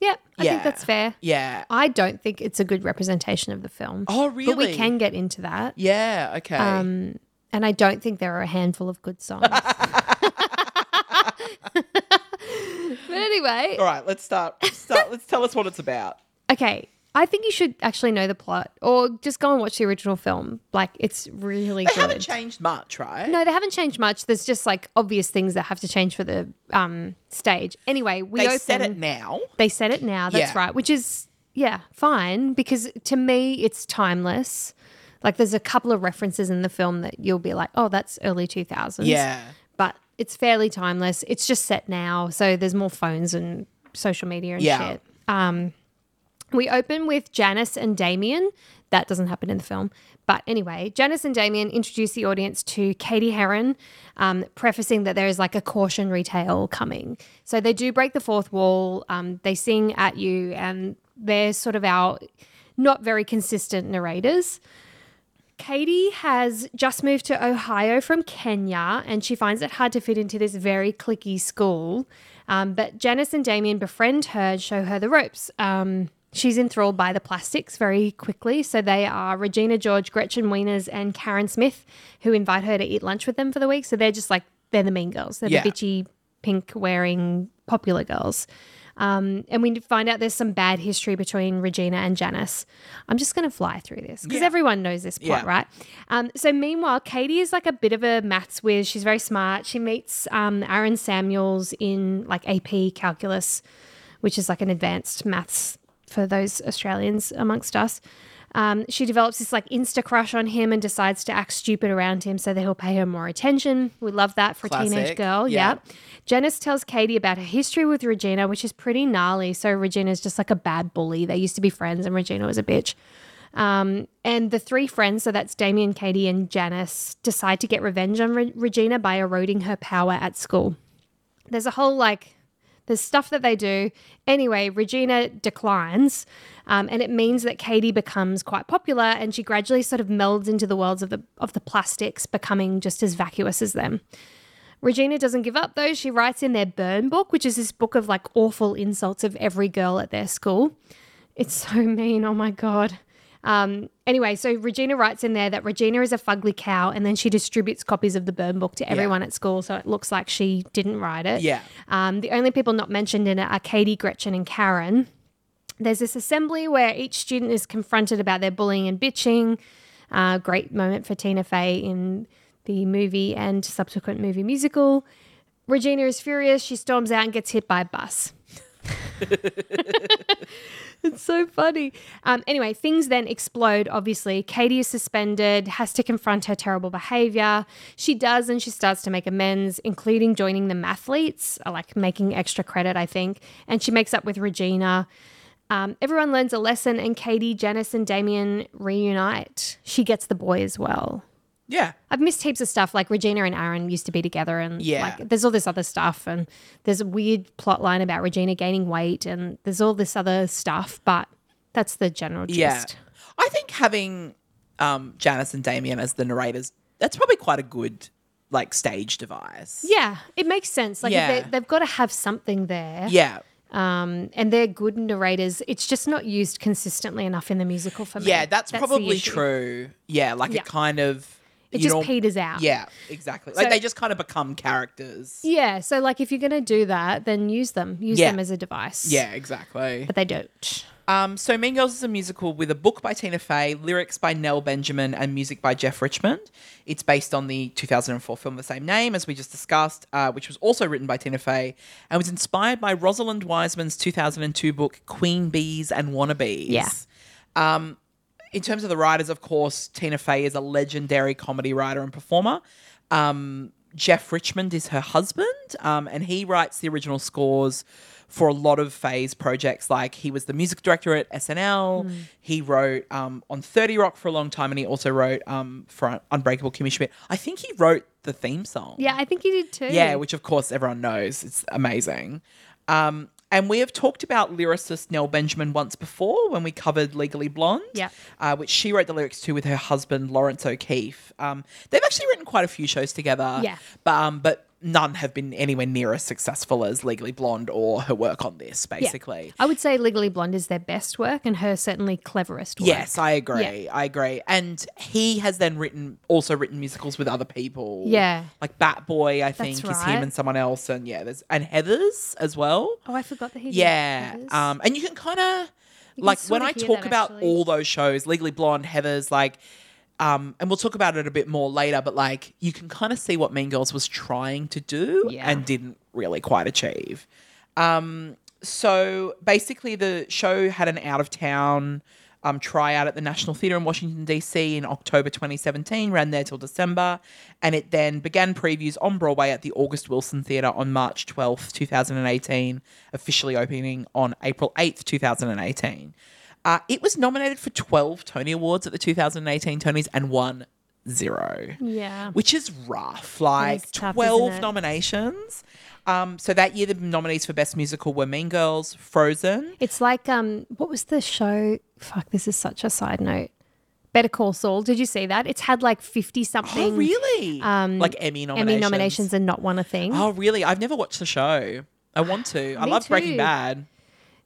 B: Yeah, I
A: yeah.
B: think that's fair.
A: Yeah.
B: I don't think it's a good representation of the film.
A: Oh,
B: But we
A: really?
B: can get into that.
A: Yeah. Okay.
B: Um, and I don't think there are a handful of good songs. but anyway,
A: All right. Let's start. start let's tell us what it's about.
B: okay. I think you should actually know the plot or just go and watch the original film. Like, it's really
A: They
B: good.
A: haven't changed much, right?
B: No, they haven't changed much. There's just like obvious things that have to change for the um, stage. Anyway, we
A: They
B: open,
A: said it now.
B: They said it now. That's
A: Yeah.
B: right. Which is yeah, fine because to me it's timeless. Like there's a couple of references in the film that you'll be like, oh, that's early 2000s.
A: Yeah.
B: but it's fairly timeless. It's just set now, so there's more phones and social media and
A: Yeah.
B: shit. Um, we open with Janice and Damien. That doesn't happen in the film. But anyway, Janice and Damien introduce the audience to Katie Heron, um, prefacing that there is like a cautionary tale coming. So they do break the fourth wall. Um, they sing at you, and they're sort of our not very consistent narrators. Katie has just moved to Ohio from Kenya and she finds it hard to fit into this very clicky school. Um, but Janice and Damien befriend her and show her the ropes. Um, she's enthralled by the plastics very quickly. So they are Regina George, Gretchen Wieners, and Karen Smith, who invite her to eat lunch with them for the week. So they're just like, they're the mean girls. They're
A: Yeah.
B: the bitchy, pink wearing popular girls. Um, and we find out there's some bad history between Regina and Janice. I'm just going to fly through this because
A: Yeah.
B: everyone knows this plot,
A: Yeah.
B: right? Um, so meanwhile, Katie is like a bit of a maths whiz. She's very smart. She meets um, Aaron Samuels in like AP calculus, which is like an advanced maths for those Australians amongst us. Um, she develops this like insta crush on him and decides to act stupid around him so that he'll pay her more attention. We love that for a teenage
A: Classic.
B: girl.
A: Yeah.
B: Yep. Janice tells Katie about her history with Regina, which is pretty gnarly. So Regina's just like a bad bully. They used to be friends, and Regina was a bitch. Um, and the three friends, so that's Damien, Katie, and Janice, decide to get revenge on Re- Regina by eroding her power at school. There's a whole like, there's stuff that they do. Anyway, Regina declines, um, and it means that Katie becomes quite popular, and she gradually sort of melds into the worlds of the of the plastics, becoming just as vacuous as them. Regina doesn't give up though. She writes in their burn book, which is this book of like awful insults of every girl at their school. It's so mean. Oh my God. Um, anyway, so Regina writes in there that Regina is a fugly cow, and then she distributes copies of the burn book to everyone at school. So it looks like she didn't write it.
A: Yeah.
B: Um, the only people not mentioned in it are Katie, Gretchen, and Karen. There's this assembly where each student is confronted about their bullying and bitching. Uh, great moment for Tina Fey in the movie and subsequent movie musical. Regina is furious. She storms out and gets hit by a bus. it's so funny. Um, anyway, things then explode, obviously. Katie is suspended, has to confront her terrible behavior. She does, and she starts to make amends, including joining the mathletes, uh, like making extra credit, I think. And she makes up with Regina. Um, everyone learns a lesson, and Katie, Janice, and Damien reunite. She gets the boy as well.
A: Yeah.
B: I've missed heaps of stuff. Like Regina and Aaron used to be together, and
A: Yeah.
B: like there's all this other stuff, and there's a weird plot line about Regina gaining weight, and there's all this other stuff. But that's the general gist.
A: Yeah. I think having um, Janice and Damien as the narrators, that's probably quite a good like stage device.
B: Yeah, it makes sense. Like if
A: Yeah.
B: they, they've got to have something there,
A: Yeah.
B: um, and they're good narrators. It's just not used consistently enough in the musical for me.
A: Yeah, that's,
B: the
A: probably
B: issue.
A: true. Yeah, like
B: Yeah.
A: it kind of
B: It
A: you
B: just
A: don't-
B: peters out.
A: Yeah, exactly. Like
B: So-
A: they just kind of become characters.
B: yeah. So like, if you're gonna do that, then use them. Use
A: Yeah.
B: them as a device.
A: Yeah, exactly.
B: but they don't.
A: Um, so Mean Girls is a musical with a book by Tina Fey, lyrics by Nell Benjamin, and music by Jeff Richmond. It's based on the 2004 film of the same name, as we just discussed, uh, which was also written by Tina Fey and was inspired by Rosalind Wiseman's 2002 book Queen Bees and Wannabes.
B: Yeah.
A: In terms of the writers, of course, Tina Fey is a legendary comedy writer and performer. Um, Jeff Richmond is her husband, um, and he writes the original scores for a lot of Faye's projects. Like he was the music director at SNL. He wrote um, on Thirty Rock for a long time, and he also wrote um, for Unbreakable Kimmy Schmidt. I think he wrote the theme song.
B: Yeah, I think you did too.
A: Yeah, which of course everyone knows. It's amazing. Um, and we have talked about lyricist Nell Benjamin once before when we covered Legally Blonde,
B: Yeah.
A: uh, which she wrote the lyrics to with her husband Lawrence O'Keefe. Um, they've actually written quite a few shows together,
B: Yeah.
A: but um, but none have been anywhere near as successful as Legally Blonde or her work on this,
B: Yeah.
A: basically.
B: I would say Legally Blonde is their best work and her certainly cleverest work.
A: Yes, I agree. I agree. And he has then written also written musicals with other people.
B: Yeah.
A: Like Bat Boy, I think, is
B: right.
A: him and someone else. And yeah, there's and Heathers as well.
B: Oh, I forgot that he did
A: Yeah.
B: covers.
A: Um, and you can kind of like
B: sort
A: when
B: of
A: I
B: hear
A: talk
B: that,
A: about
B: actually.
A: all those shows, Legally Blonde, Heather's, like, um, and we'll talk about it a bit more later, but like you can kind of see what Mean Girls was trying to do
B: Yeah.
A: and didn't really quite achieve. Um, so basically, the show had an out of town um, tryout at the National Theatre in Washington, D.C. in October 2017, ran there till December, and it then began previews on Broadway at the August Wilson Theatre on March 12th, 2018, officially opening on April 8th, 2018. Uh, it was nominated for 12 Tony Awards at the 2018 Tonys and won zero
B: Yeah.
A: which is rough. Like
B: is tough, isn't
A: 12
B: it?
A: nominations. Um, so that year, the nominees for Best Musical were Mean Girls, Frozen.
B: It's like um, what was the show? Fuck, this is such a side note. Better Call Saul. Did you see that? It's had like fifty
A: Oh,
B: something
A: really? Um, like Emmy nominations.
B: Emmy nominations and not won a thing.
A: Oh, really? I've never watched the show. I want to. I
B: Me
A: love Breaking
B: too.
A: Bad.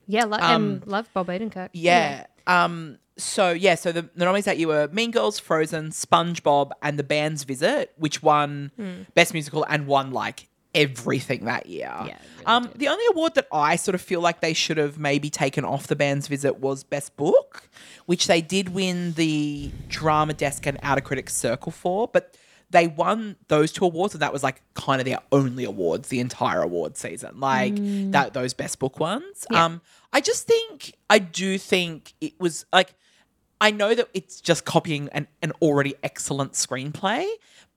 B: yeah, lo- and love Bob Odenkirk.
A: um, Yeah. Um. So yeah. So the, the nominees that you were Mean Girls, Frozen, SpongeBob, and The Band's Visit, which won
B: Hmm.
A: Best Musical and won like everything that year.
B: it really
A: um. The only award that I sort of feel like they should have maybe taken off The Band's Visit was Best Book, which they did win the Drama Desk and Outer Critics Circle for, but. They won those two awards, and that was like kind of their only awards the entire award season. Like that, those best book ones. Um, I just think I do think it was like I know that it's just copying an, an already excellent screenplay,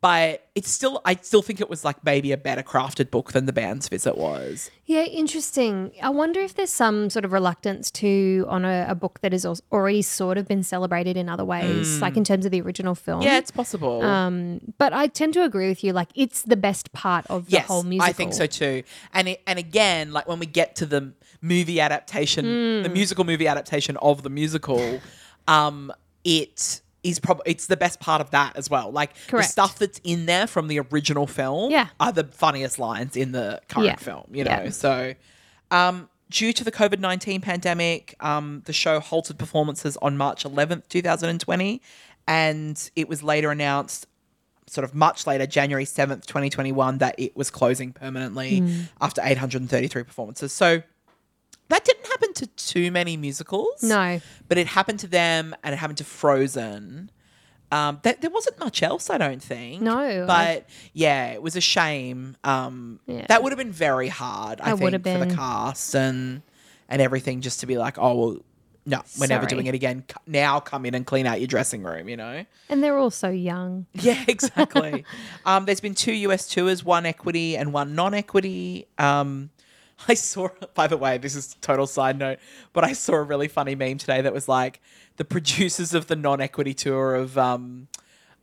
A: but it's still I still think it was like maybe a better crafted book than the band's visit was.
B: Yeah, interesting. I wonder if there's some sort of reluctance to honor a book that has al- already sort of been celebrated in other ways, like in terms of the original film.
A: Hmm. Yeah, it's possible.
B: Um, but I tend to agree with you. Like, it's the best part of the
A: yes,
B: whole musical.
A: I think so too. And it, and again, like when we get to the movie adaptation, the
B: Hmm.
A: musical movie adaptation of the musical, um, it is probably it's the best part of that as well. Like
B: Correct.
A: the stuff that's in there from the original film
B: Yeah.
A: are the funniest lines in the current
B: Yeah.
A: film. You know,
B: Yeah.
A: so. Um, due to the COVID 19 pandemic, um, the show halted performances on March 11th, 2020. And it was later announced, sort of much later, January 7th, 2021, that it was closing permanently
B: Hmm.
A: after 833 performances. So that didn't happen to too many musicals.
B: No.
A: But it happened to them and it happened to Frozen. Um, th- there wasn't much else, I don't think.
B: No,
A: But yeah, it was a shame. Um,
B: Yeah.
A: That would have been very hard, I
B: That would
A: think,
B: have
A: for the
B: been.
A: cast and and everything, just to be like, oh well, no, we're never
B: Sorry.
A: doing it again. C- Now come in and clean out your dressing room, you know.
B: And they're all so young.
A: Yeah, exactly. um, there's been two US tours, one equity and one non-equity. Um, I saw, by the way, this is total side note, but I saw a really funny meme today that was like the producers of the non-equity tour of um,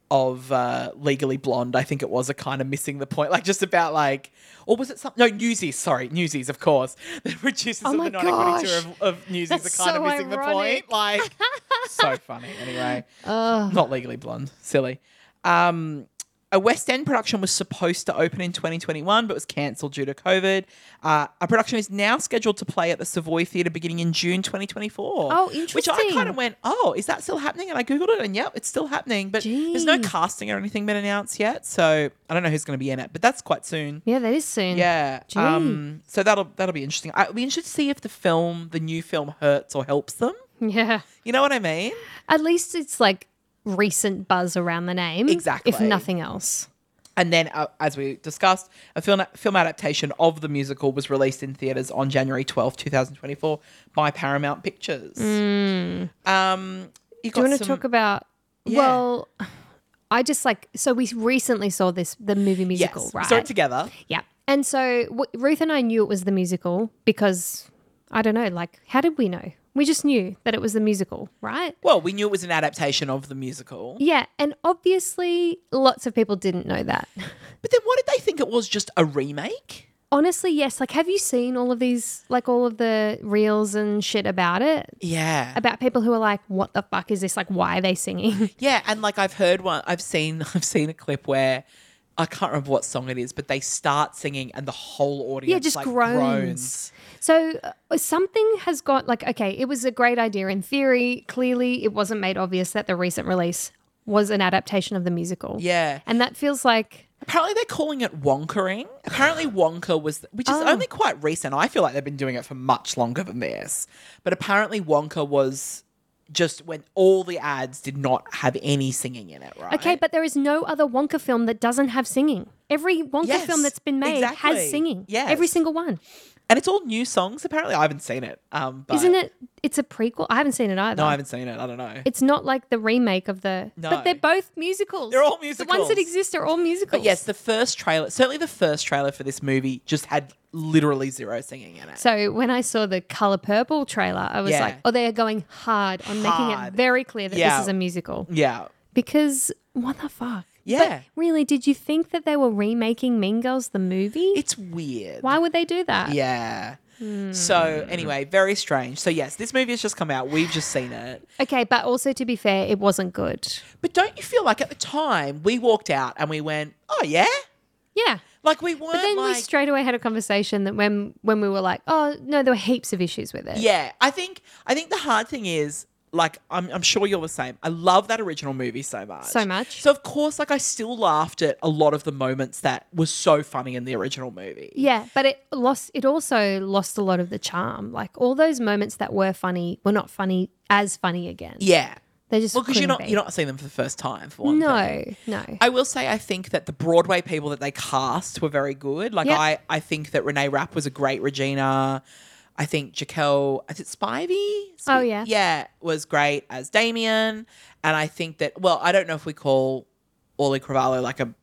A: of uh, Legally Blonde. I think it was a kind of missing the point, like just about like, or was it something? No, Newsies. Sorry, Newsies. Of course, the producers
B: Oh
A: of
B: my
A: the non-equity
B: gosh.
A: tour of, of Newsies
B: That's
A: are
B: so
A: kind of missing
B: ironic.
A: the point. Like, so funny. Anyway,
B: Ugh.
A: not Legally Blonde. Silly. Um, a West End production was supposed to open in 2021, but was cancelled due to COVID. Uh, a production is now scheduled to play at the Savoy Theatre beginning in June 2024.
B: Oh,
A: Which I kind
B: interesting.
A: of went, oh, is that still happening? And I Googled it, and yep, it's still happening. But there's no
B: Jeez.
A: casting or anything been announced yet. So I don't know who's going to be in it, but that's quite soon.
B: Yeah, that is soon.
A: Yeah.
B: Gee.
A: Um, so that'll that'll be interesting. I, we should see if the film, the new film, hurts or helps them.
B: Yeah.
A: You know what I mean?
B: At least it's like recent buzz around the name. If
A: Exactly.
B: nothing else.
A: And then, uh, as we discussed, a film, film adaptation of the musical was released in theatres on January twelfth, two 2024 by Paramount Pictures. Um, you
B: Hmm. Do you
A: got
B: want to
A: some-
B: talk about?
A: Yeah.
B: Well, I just like so we recently saw this the movie musical,
A: yes.
B: right?
A: We saw it together.
B: Yeah. And so w- Ruth and I knew it was the musical because I don't know, like, how did we know? We just knew that it was the musical, right?
A: Well, we knew it was an adaptation of the musical.
B: Yeah. And obviously, lots of people didn't know that.
A: But then what did they think it was just a remake?
B: Honestly, yes. Like, have you seen all of these, like, all of the reels and shit about it?
A: Yeah.
B: About people who are like, what the fuck is this? Like, why are they singing?
A: Yeah, and like I've heard one, I've seen, I've seen a clip where I can't remember what song it is, but they start singing and the whole audience
B: just
A: like,
B: groans.
A: groans.
B: So uh, something has got like okay, it was a great idea in theory. Clearly, it wasn't made obvious that the recent release was an adaptation of the musical.
A: Yeah.
B: and that feels like
A: Apparently they're calling it wonkering. Apparently Wonka was, which is
B: Oh.
A: only quite recent. I feel like they've been doing it for much longer than this. But apparently Wonka was just when all the ads did not have any singing in it, right?
B: okay, but there is no other Wonka film that doesn't have singing. Every Wonka
A: Yes,
B: film that's been made
A: exactly.
B: has singing.
A: Yes.
B: every single one.
A: and it's all new songs. Apparently I haven't seen it. Um, but
B: Isn't it? It's a prequel. I haven't seen it either.
A: No, I haven't seen it. I don't know.
B: It's not like the remake of the.
A: No.
B: But they're both musicals.
A: They're all
B: The ones
A: musicals.
B: that exist are all musicals.
A: But yes, the first trailer, certainly the first trailer for this movie, just had literally zero singing in it.
B: So when I saw the Color Purple trailer, I was
A: Yeah.
B: like, oh, they are going hard on making
A: Hard.
B: it very clear that
A: Yeah.
B: this is a musical.
A: yeah,
B: Because what the fuck?
A: Yeah.
B: But really, did you think that they were remaking Mean Girls the movie?
A: it's weird.
B: Why Hmm. would they do that?
A: Yeah. So anyway, very strange. So yes, this movie has just come out. We've just seen it.
B: Okay, but also to be fair, it wasn't good.
A: But don't you feel like at the time we walked out and we went, "Oh yeah,"
B: Yeah.
A: like we weren't
B: But then
A: like
B: we straight away had a conversation that when when we were like, oh no, there were heaps of issues with it.
A: Yeah, I think I think the hard thing is like I'm, I'm sure you're the same. I love that original movie so much,
B: So much.
A: So of course, like I still laughed at a lot of the moments that was so funny in the original movie.
B: Yeah, but it lost. It also lost a lot of the charm. Like all those moments that were funny were not funny as funny again.
A: Yeah,
B: They just
A: well, because you're
B: couldn't
A: not
B: be.
A: you're not seeing them for the first time for one thing.
B: No, no.
A: I will say I think that the Broadway people that they cast were very good. Like
B: Yep.
A: I, I think that Renee Rapp was a great Regina. I think Jaquel, is it Spivey?
B: Oh, yeah.
A: yeah, was great as Damien. And I think that well, I don't know if we call Orly Cravallo like a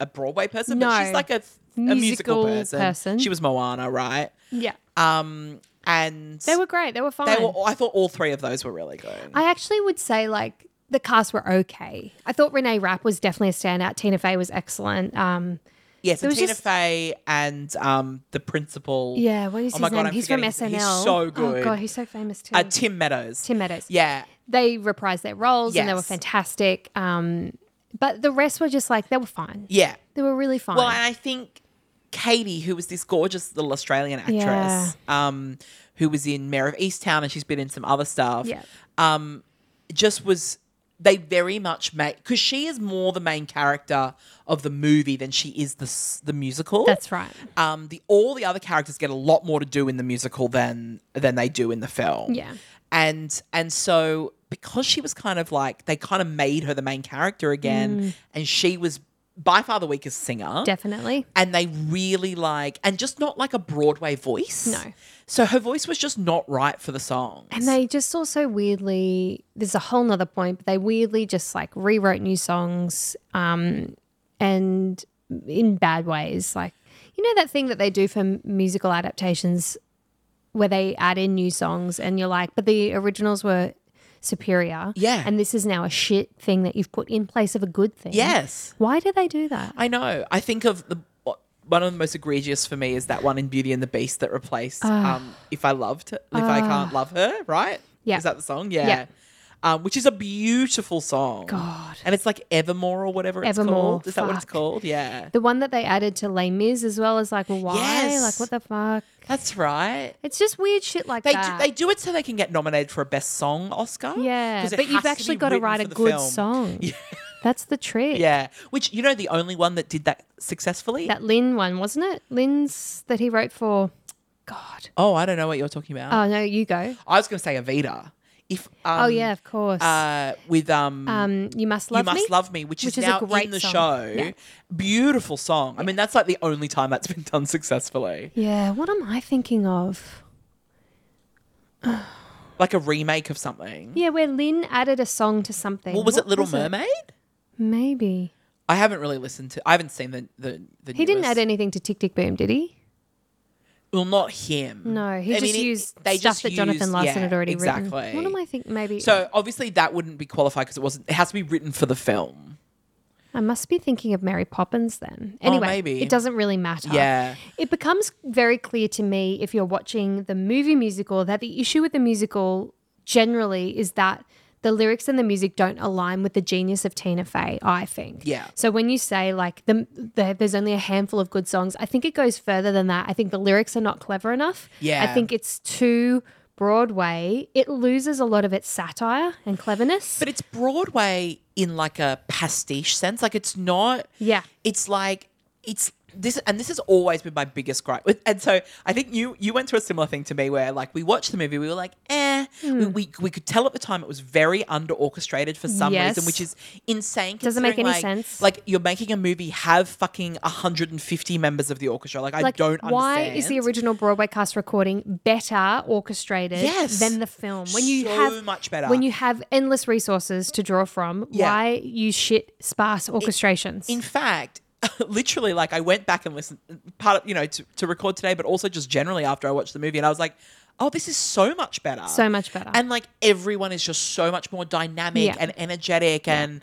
A: a Broadway person, but
B: No.
A: she's like a, a musical,
B: Musical
A: person.
B: person.
A: She was Moana, right?
B: yeah,
A: Um, and
B: they were great. They were fine.
A: they were. I thought all three of those were really good.
B: I actually would say like the cast were okay. I thought Renee Rapp was definitely a standout. Tina Fey was excellent. Um,
A: Yes,
B: There
A: and
B: was
A: Tina
B: just-
A: Fey and um, the principal.
B: yeah, what is
A: Oh
B: his
A: my God,
B: name?
A: I'm
B: he's from SNL.
A: forgetting. He's so
B: Oh
A: good.
B: god, he's so famous too.
A: Uh, Tim Meadows.
B: Tim Meadows.
A: Yeah.
B: They reprised their roles and they were
A: Yes.
B: fantastic. Um, but the rest were just like they were fine.
A: Yeah.
B: They were really fine.
A: Well, and I think Katie, who was this gorgeous little Australian actress,
B: Yeah.
A: um, who was in Mayor of Easttown and she's been in some other stuff,
B: Yeah.
A: um, just was. They very much make because she is more the main character of the movie than she is the s- the musical.
B: That's right.
A: Um, the all the other characters get a lot more to do in the musical than than they do in the film.
B: Yeah.
A: and and so because she was kind of like they kind of made her the main character again,
B: Mm.
A: and she was by far the weakest singer.
B: Definitely.
A: and they really like and just not like a Broadway voice.
B: No.
A: So her voice was just not right for the songs.
B: And they just also weirdly, there's a whole nother point, but they weirdly just like rewrote new songs um, and in bad ways. Like, you know, that thing that they do for m- musical adaptations where they add in new songs and you're like, but the originals were superior.
A: Yeah.
B: And this is now a shit thing that you've put in place of a good thing.
A: Yes.
B: Why do they do that?
A: I know. I think of the one of the most egregious for me is that one in Beauty and the Beast that replaced um, "If I Loved, If I Can't Love Her," right?
B: Ah. Yeah.
A: is that the song? Yeah,
B: Yeah.
A: Um, which is a beautiful song.
B: God.
A: and it's like Evermore or whatever it's
B: Evermore,
A: called. Is that what it's
B: fuck.
A: called? Yeah,
B: The one that they added to Les Mis as well is like, well, why?
A: Yes.
B: Like, what the fuck?
A: that's right.
B: It's just weird shit like
A: They do,
B: that.
A: they do it so they can get nominated for a best song Oscar.
B: Yeah,
A: 'Cause it
B: but
A: has
B: you've
A: to be
B: actually got to
A: written
B: write a
A: for the
B: good
A: film.
B: song.
A: Yeah.
B: That's the trick.
A: Yeah, which you know the only one that did that successfully.
B: That Lynn one, wasn't it? Lynn's that he wrote for. God.
A: oh, I don't know what you're talking about.
B: Oh, no, you go.
A: I was going to say Evita. If um,
B: oh, yeah, of course.
A: uh, with um,
B: um, you Must Love
A: You Must
B: Me.
A: Love Me, which,
B: Which
A: is,
B: is a
A: now in
B: great
A: the
B: song.
A: show.
B: Yeah.
A: Beautiful song. I mean, that's like the only time that's been done successfully.
B: yeah, what am I thinking of?
A: Like a remake of something.
B: Yeah, where Lynn added a song to something.
A: Well, was it Little
B: Mermaid?
A: Mermaid?
B: Maybe.
A: I haven't really listened to. I haven't seen the the. the
B: He didn't
A: newest-
B: add anything to Tick Tick Boom, did he?
A: Well, not him.
B: No, he
A: I
B: just
A: mean, it-
B: used
A: they
B: stuff
A: just
B: that Jonathan
A: used-
B: Larson
A: yeah,
B: had already
A: exactly.
B: written. What am I think? Maybe.
A: So obviously that wouldn't be qualified because it wasn't. It has to be written for the film.
B: I must be thinking of Mary Poppins then. Anyway,
A: Oh, maybe.
B: it doesn't really matter.
A: Yeah.
B: It becomes very clear to me if you're watching the movie musical that the issue with the musical generally is that the lyrics and the music don't align with the genius of Tina Fey, I think.
A: Yeah.
B: So when you say like the, the there's only a handful of good songs, I think it goes further than that. I think the lyrics are not clever enough.
A: Yeah.
B: I think it's too Broadway. It loses a lot of its satire and cleverness.
A: But it's Broadway in like a pastiche sense. Like it's not.
B: yeah.
A: It's like it's this, and this has always been my biggest gripe. With- And so I think you you went through a similar thing to me, where like we watched the movie, we were like, eh, we,
B: Hmm.
A: we we could tell at the time it was very under orchestrated for some
B: Yes.
A: reason, which is insane.
B: Doesn't make any
A: considering, like-
B: sense.
A: Like you're making a movie have fucking 150 members of the orchestra. Like, I don't understand.
B: why is the original Broadway cast recording better orchestrated
A: Yes.
B: than the film? When you
A: So
B: have
A: much better.
B: when you have endless resources to draw from,
A: Yeah.
B: why use shit sparse orchestrations?
A: In fact, literally, like I went back and listened part of you know to, to record today, but also just generally after I watched the movie, and I was like, oh, this is so much better,
B: so much better.
A: and like everyone is just so much more dynamic
B: Yeah.
A: and energetic, and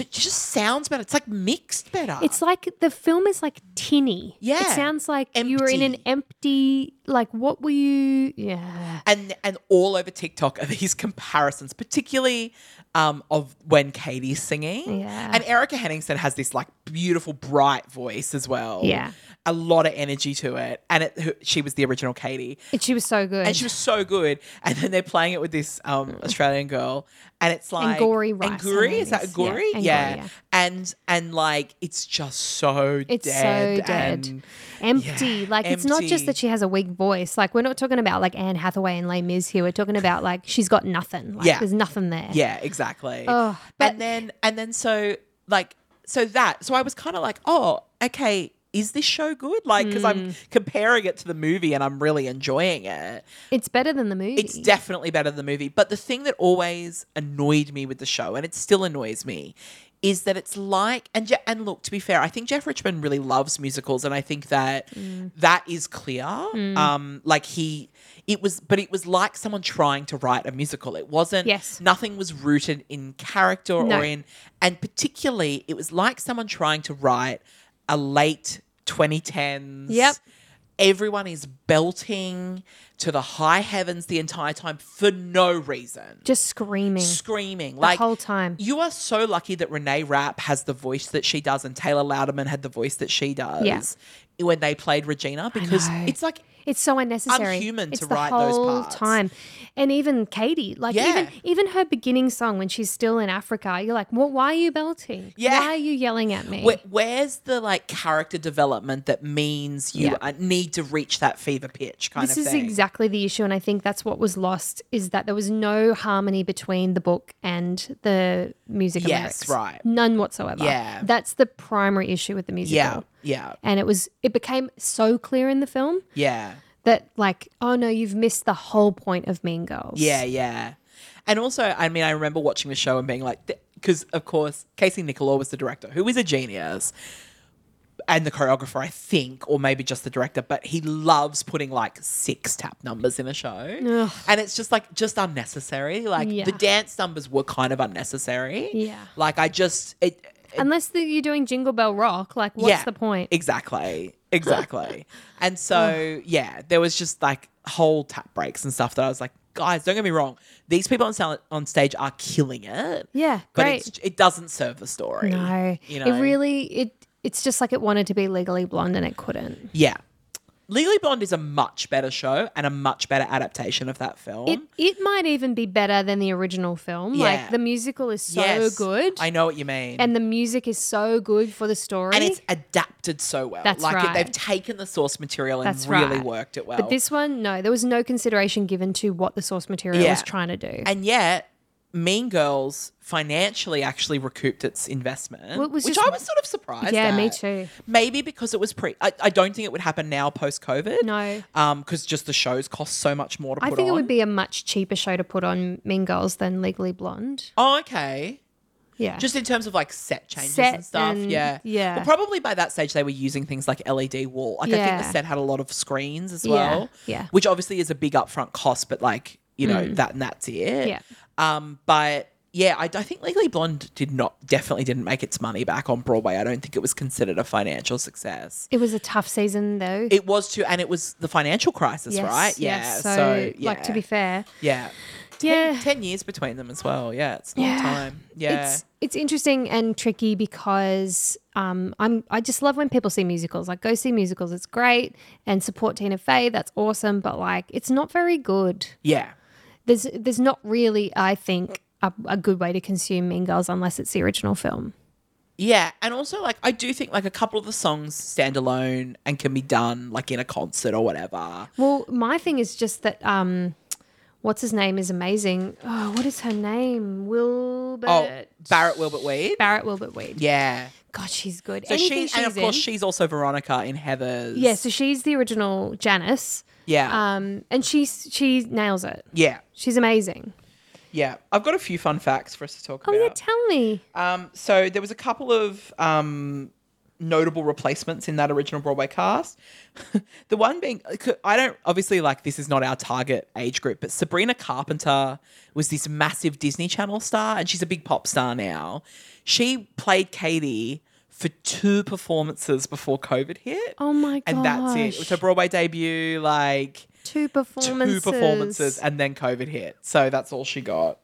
A: it just sounds better. It's like mixed better.
B: it's like the film is like tinny.
A: Yeah.
B: It sounds like you were in an
A: Empty.
B: empty like what were you Yeah.
A: and and all over TikTok are these comparisons, particularly um, of when Katie's singing.
B: Yeah.
A: And Erica Henningsen has this like beautiful, bright voice as well.
B: Yeah.
A: a lot of energy to it, and it, her- she was the original Katie,
B: And she was so good.
A: and she was so good. And then they're playing it with this um, Australian girl, and it's like
B: Angori Rice, her
A: Angori
B: name
A: is that
B: is. Yeah,
A: Angori? Yeah,
B: Angori, yeah.
A: and and like it's just so
B: It's
A: dead.
B: so dead.
A: and-
B: empty.
A: yeah,
B: like it's not
A: empty.
B: just that she has a weak voice. Like we're not talking about like Anne Hathaway and Les Mis here. We're talking about like she's got nothing. Like
A: Yeah.
B: there's nothing there.
A: Yeah, exactly.
B: Oh, but-
A: and then and then so like so that so I was kind of like, oh, okay, is this show good? Like because
B: Mm.
A: I'm comparing it to the movie and I'm really enjoying it.
B: It's better than the movie.
A: It's definitely better than the movie. But the thing that always annoyed me with the show, and it still annoys me, is that it's like and Je- and look to be fair, I think Jeff Richmond really loves musicals, and I think that
B: Mm.
A: that is clear. Um, like he, it was, but it was like someone trying to write a musical. It wasn't.
B: Yes.
A: nothing was rooted in character
B: No.
A: or in, and particularly it was like someone trying to write a late 2010s
B: Yep.
A: Everyone is belting to the high heavens the entire time for no reason.
B: just screaming.
A: Screaming like
B: Mm. whole time.
A: You are so lucky that Renee Rapp has the voice that she does and Taylor Louderman had the voice that she does
B: Yeah.
A: when they played Regina because
B: know.
A: it's like
B: It's so unnecessary.
A: Unhuman
B: it's
A: to
B: the
A: write
B: whole
A: those parts.
B: time, and even Katie, like
A: Yeah.
B: even even her beginning song when she's still in Africa, you're like, well, why are you belting?
A: Yeah.
B: Why are you yelling at me?
A: where, where's the like character development that means you
B: Yeah.
A: uh, need to reach that fever pitch kind
B: this
A: of
B: is
A: thing?
B: exactly the issue, and I think that's what was lost is that there was no harmony between the book and the music. and lyrics.
A: Yes, right.
B: None whatsoever.
A: Yeah.
B: that's the primary issue with the musical.
A: yeah, yeah,
B: and it was it became so clear in the film
A: yeah.
B: that like, oh no, you've missed the whole point of Mean Girls.
A: Yeah, yeah. And also, I mean, I remember watching the show and being like, because of course, Casey Nicola was the director, who is a genius and the choreographer, I think, or maybe just the director, but he loves putting like six tap numbers in a show. And it's just like, just unnecessary. Like
B: Yeah.
A: the dance numbers were kind of unnecessary.
B: Yeah.
A: Like I just, it,
B: Unless the, you're doing Jingle Bell Rock, like what's
A: yeah,
B: the point?
A: Exactly. Exactly. and so, yeah, there was just like whole tap breaks and stuff that I was like, guys, don't get me wrong. These people on, sal- on stage are killing it.
B: Yeah,
A: But
B: great.
A: it's, it doesn't serve the story.
B: no,
A: You
B: it
A: know?
B: really it it's just like it wanted to be Legally Blonde and it couldn't.
A: Yeah. Legally Blonde is a much better show and a much better adaptation of that film.
B: It it might even be better than the original film.
A: Mm-hmm. Yeah.
B: Like the musical is so
A: Yes,
B: good,
A: I know what you mean.
B: and the music is so good for the story.
A: and it's adapted so well.
B: That's
A: like
B: right.
A: they've taken the source material and
B: That's
A: really
B: right.
A: worked it well.
B: but this one, no, there was no consideration given to what the source material
A: Yeah.
B: was trying to do.
A: And yet, Mean Girls financially actually recouped its investment,
B: Well, it was
A: which
B: just-
A: I was sort of surprised.
B: Yeah, me
A: at.
B: too.
A: Maybe because it was pre. I, I don't think it would happen now post COVID.
B: No.
A: um, because just the shows cost so much more to
B: I
A: put
B: think
A: on.
B: it would be a much cheaper show to put on Mean Girls than Legally Blonde.
A: Oh, okay.
B: Yeah.
A: Just in terms of like set changes
B: Set
A: and stuff.
B: and-
A: yeah.
B: yeah.
A: Well, probably by that stage they were using things like LED wall. Like I think
B: Yeah.
A: the set had a lot of screens as
B: Yeah,
A: well.
B: yeah. Mm.
A: Which obviously is a big upfront cost, but like, you know, that and that's it.
B: Yeah.
A: Um, but yeah, I, I think Legally Blonde did not definitely didn't make its money back on Broadway. I don't think it was considered a financial success.
B: It was a tough season though.
A: It was too, and it was the financial crisis,
B: Yes,
A: right? Yeah.
B: yes.
A: So, yeah.
B: like to be fair,
A: yeah.
B: yeah,
A: Ten years between them as well. Yeah, it's a long
B: Yeah.
A: time. Yeah.
B: It's it's interesting and tricky because um, I'm I just love when people see musicals. Like go see musicals, it's great, and support Tina Fey, that's awesome. But like, it's not very good.
A: yeah.
B: There's there's not really, I think, a, a good way to consume Mean Girls unless it's the original film.
A: Yeah, and also like I do think like a couple of the songs stand alone and can be done like in a concert or whatever.
B: Well, my thing is just that um, what's his name is amazing. Oh, what is her name? Wilbert
A: Oh, Barrett Wilbert Weed.
B: Barrett Wilbert Weed.
A: yeah.
B: God, she's good.
A: So
B: Anything
A: she's, and of course
B: in-
A: she's also Veronica in Heather's.
B: yeah. So she's the original Janice.
A: Yeah.
B: Um, and she she nails it.
A: yeah.
B: She's amazing.
A: Yeah. I've got a few fun facts for us to talk
B: Oh
A: about.
B: yeah, tell me.
A: Um, so there was a couple of um, notable replacements in that original Broadway cast. the one being, uh, I don't obviously like this is not our target age group, but Sabrina Carpenter was this massive Disney Channel star, and she's a big pop star now. She played Katie for two performances before COVID hit.
B: Oh my god.
A: And that's it. It was her Broadway debut, like
B: two performances.
A: two performances, and then COVID hit. So that's all she got.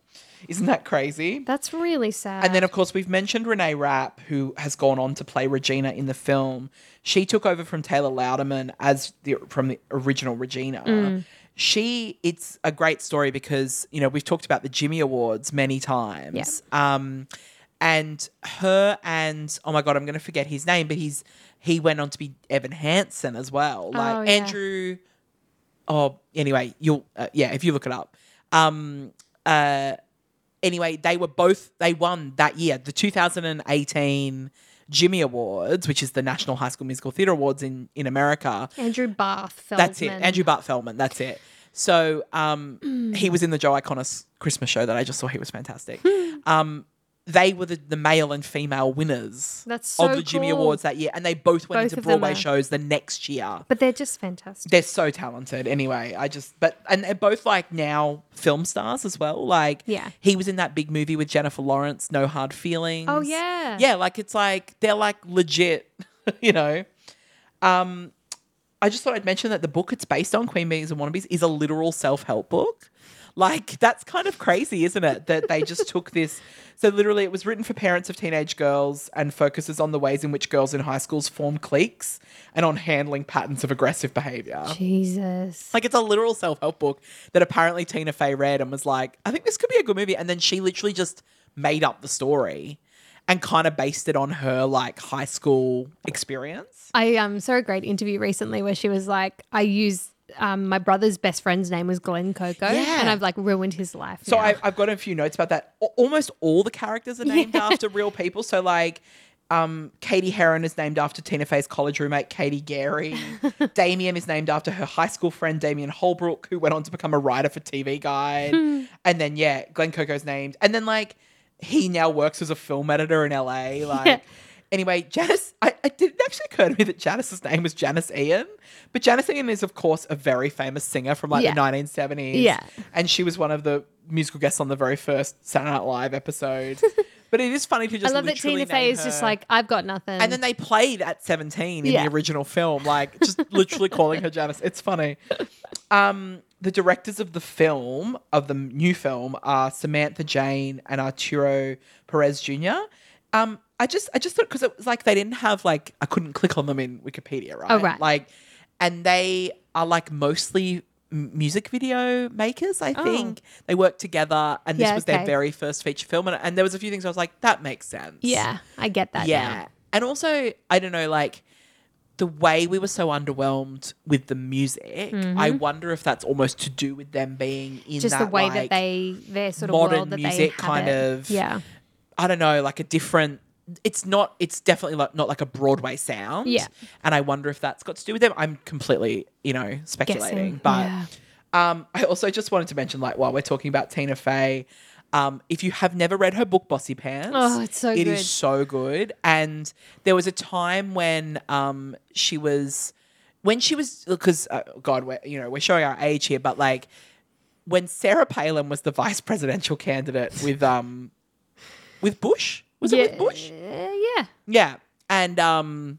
A: Isn't that crazy?
B: That's really sad.
A: And then, of course, we've mentioned Renee Rapp, who has gone on to play Regina in the film. She took over from Taylor Louderman as the from the original Regina. She, it's a great story because you know we've talked about the Jimmy Awards many times. Um, and her and oh my god, I'm going to forget his name, but he's he went on to be Evan Hansen as well, like
B: Oh, yeah.
A: Andrew. Oh, anyway, you'll uh, yeah, if you look it up. Um, uh anyway, they were both they won that year the 2018 Jimmy Awards, which is the National High School Musical Theatre Awards in in America.
B: Andrew Barth. Feldman.
A: That's it, Andrew Bart Feldman. That's it. So um, he was in the Joe Iconis Christmas show that I just saw. He was fantastic. um, they were the, the male and female winners
B: That's
A: of
B: so
A: the Jimmy
B: cool.
A: Awards that year, and they both went
B: Both
A: into
B: of them
A: Broadway
B: are-
A: shows the next year
B: But they're just fantastic.
A: they're so talented anyway i just but and they're both like now film stars as well like
B: Yeah.
A: he was in that big movie with jennifer lawrence no hard feelings
B: Oh, yeah.
A: yeah like it's like they're like legit you know um i just thought i'd mention that the book it's based on queen bees and wannabes is a literal self-help book like that's kind of crazy isn't it that they just took this so literally it was written for parents of teenage girls and focuses on the ways in which girls in high schools form cliques and on handling patterns of aggressive behavior
B: Jesus.
A: like it's a literal self help book that apparently Tina Fey read and was like, I think this could be a good movie. And then she literally just made up the story and kind of based it on her like high school experience.
B: I um, saw a great interview recently where she was like, I use um, my brother's best friend's name was Glenn Coco,
A: Yeah.
B: and I've like ruined his life.
A: So
B: now.
A: I, I've got a few notes about that. Al- almost all the characters are named after real people. So like. Um, Katie Heron is named after Tina Fey's college roommate Katie Gary. Damien is named after her high school friend Damien Holbrook, who went on to become a writer for TV Guide. and then yeah, Glenn Coco's named. And then like he now works as a film editor in LA. Like anyway, Janice I, it didn't actually occur to me that Janice's name was Janice Ian. But Janice Ian is of course a very famous singer from like
B: Yeah.
A: the nineteen seventies.
B: Yeah.
A: And she was one of the musical guests on the very first Saturday Night Live episode. but it is funny to
B: I
A: just
B: love that
A: literally
B: Tina Fey
A: name
B: is just
A: her.
B: like, I've got nothing.
A: And then they played at 17 in
B: Um, Yeah.
A: the original film, like just literally calling her Janice. It's funny. Um, the directors of the film, of the new film, are Samantha Jane and Arturo Perez Jr. Um, I just, I just thought because it was like they didn't have like I couldn't click on them in Wikipedia, right?
B: Oh, right.
A: Like, and they are like mostly m- music video makers. I
B: Oh.
A: think they work together, and
B: Yeah,
A: this was
B: okay.
A: their very first feature film. And, and there was a few things I was like, that makes sense.
B: yeah, I get that.
A: Yeah.
B: now.
A: And also, I don't know, like the way we were so underwhelmed with the music, I wonder if that's almost to do with them being in
B: Mm-hmm. just
A: that,
B: the way
A: like,
B: that they their sort of
A: modern
B: world that they
A: music kind
B: inhabit.
A: of-
B: yeah,
A: I don't know, like a different. It's not. It's definitely like not like a Broadway sound.
B: Yeah.
A: And I wonder if that's got to do with them. I'm completely, you know,
B: guessing.
A: speculating, but.
B: yeah.
A: Um, I also just wanted to mention, like, while we're talking about Tina Fey, Um, if you have never read her book, Bossy Pants,
B: Oh, it's so
A: it
B: good.
A: is so good. And there was a time when um, she was, when she was, because uh, God, we're, you know, we're showing our age here, but like when Sarah Palin was the vice presidential candidate with um, with Bush, was it with Bush?
B: Uh, yeah.
A: Yeah. And um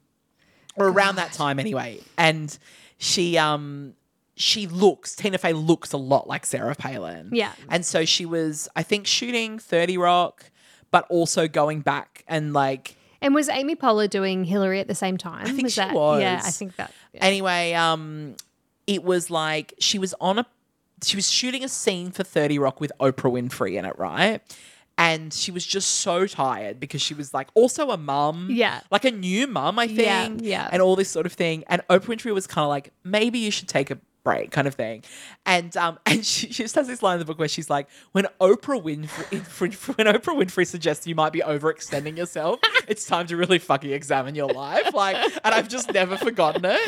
A: or around that time anyway. And she um she looks Tina Fey looks a lot like Sarah Palin.
B: Yeah.
A: And so she was I think shooting 30 Rock but also going back and like
B: And was Amy Poehler doing Hillary at the same time? I
A: think
B: was
A: she
B: that,
A: was.
B: Yeah, I think that. yeah.
A: anyway um it was like she was on a she was shooting a scene for 30 Rock with Oprah Winfrey in it, right? And she was just so tired because she was like also a mum.
B: Yeah.
A: Like a new mum, I
B: Yeah,
A: think.
B: yeah.
A: And all this sort of thing. And Oprah Winfrey was kind of like, maybe you should take a break kind of thing. And um and she, she just has this line in the book where she's like, when Oprah Winfrey when Oprah Winfrey suggests you might be overextending yourself, it's time to really fucking examine your life. Like and I've just never forgotten it.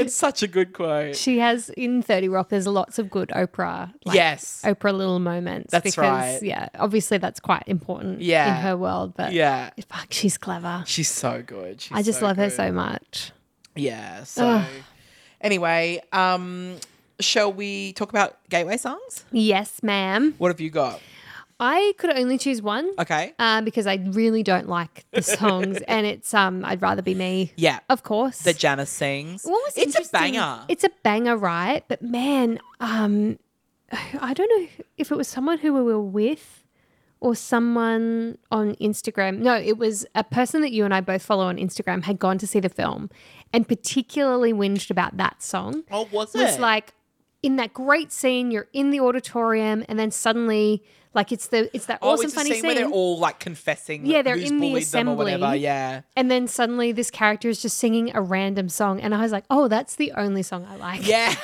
A: It's such a good quote.
B: She has in 30 Rock, there's lots of good Oprah. Like,
A: yes.
B: Oprah little moments.
A: That's
B: because,
A: right.
B: Yeah, obviously that's quite important
A: Yeah.
B: in her world, but
A: Yeah.
B: fuck, she's clever.
A: She's so good. She's
B: I just
A: so
B: love her
A: good.
B: so much.
A: Yeah. So anyway, um, shall we talk about gateway songs?
B: Yes, ma'am.
A: What have you got?
B: I could only choose one
A: Okay.
B: uh, because I really don't like the songs, and it's um, I'd rather be me.
A: Yeah.
B: Of course.
A: That Janice sings.
B: What was
A: it's a
B: interesting-
A: banger.
B: It's a banger, right? But man, um, I don't know if it was someone who we were with or someone on Instagram. No, it was a person that you and I both follow on Instagram had gone to see the film and particularly whinged about that song.
A: oh, was it?
B: was like in that great scene, you're in the auditorium, and then suddenly, like it's the it's that
A: oh,
B: awesome
A: it's a
B: funny
A: scene,
B: scene,
A: where they're all like confessing.
B: Yeah, they're
A: who's
B: in the
A: bullied Them or whatever.
B: assembly.
A: Yeah.
B: and then suddenly this character is just singing a random song, and I was like, oh, that's the only song I like.
A: Yeah.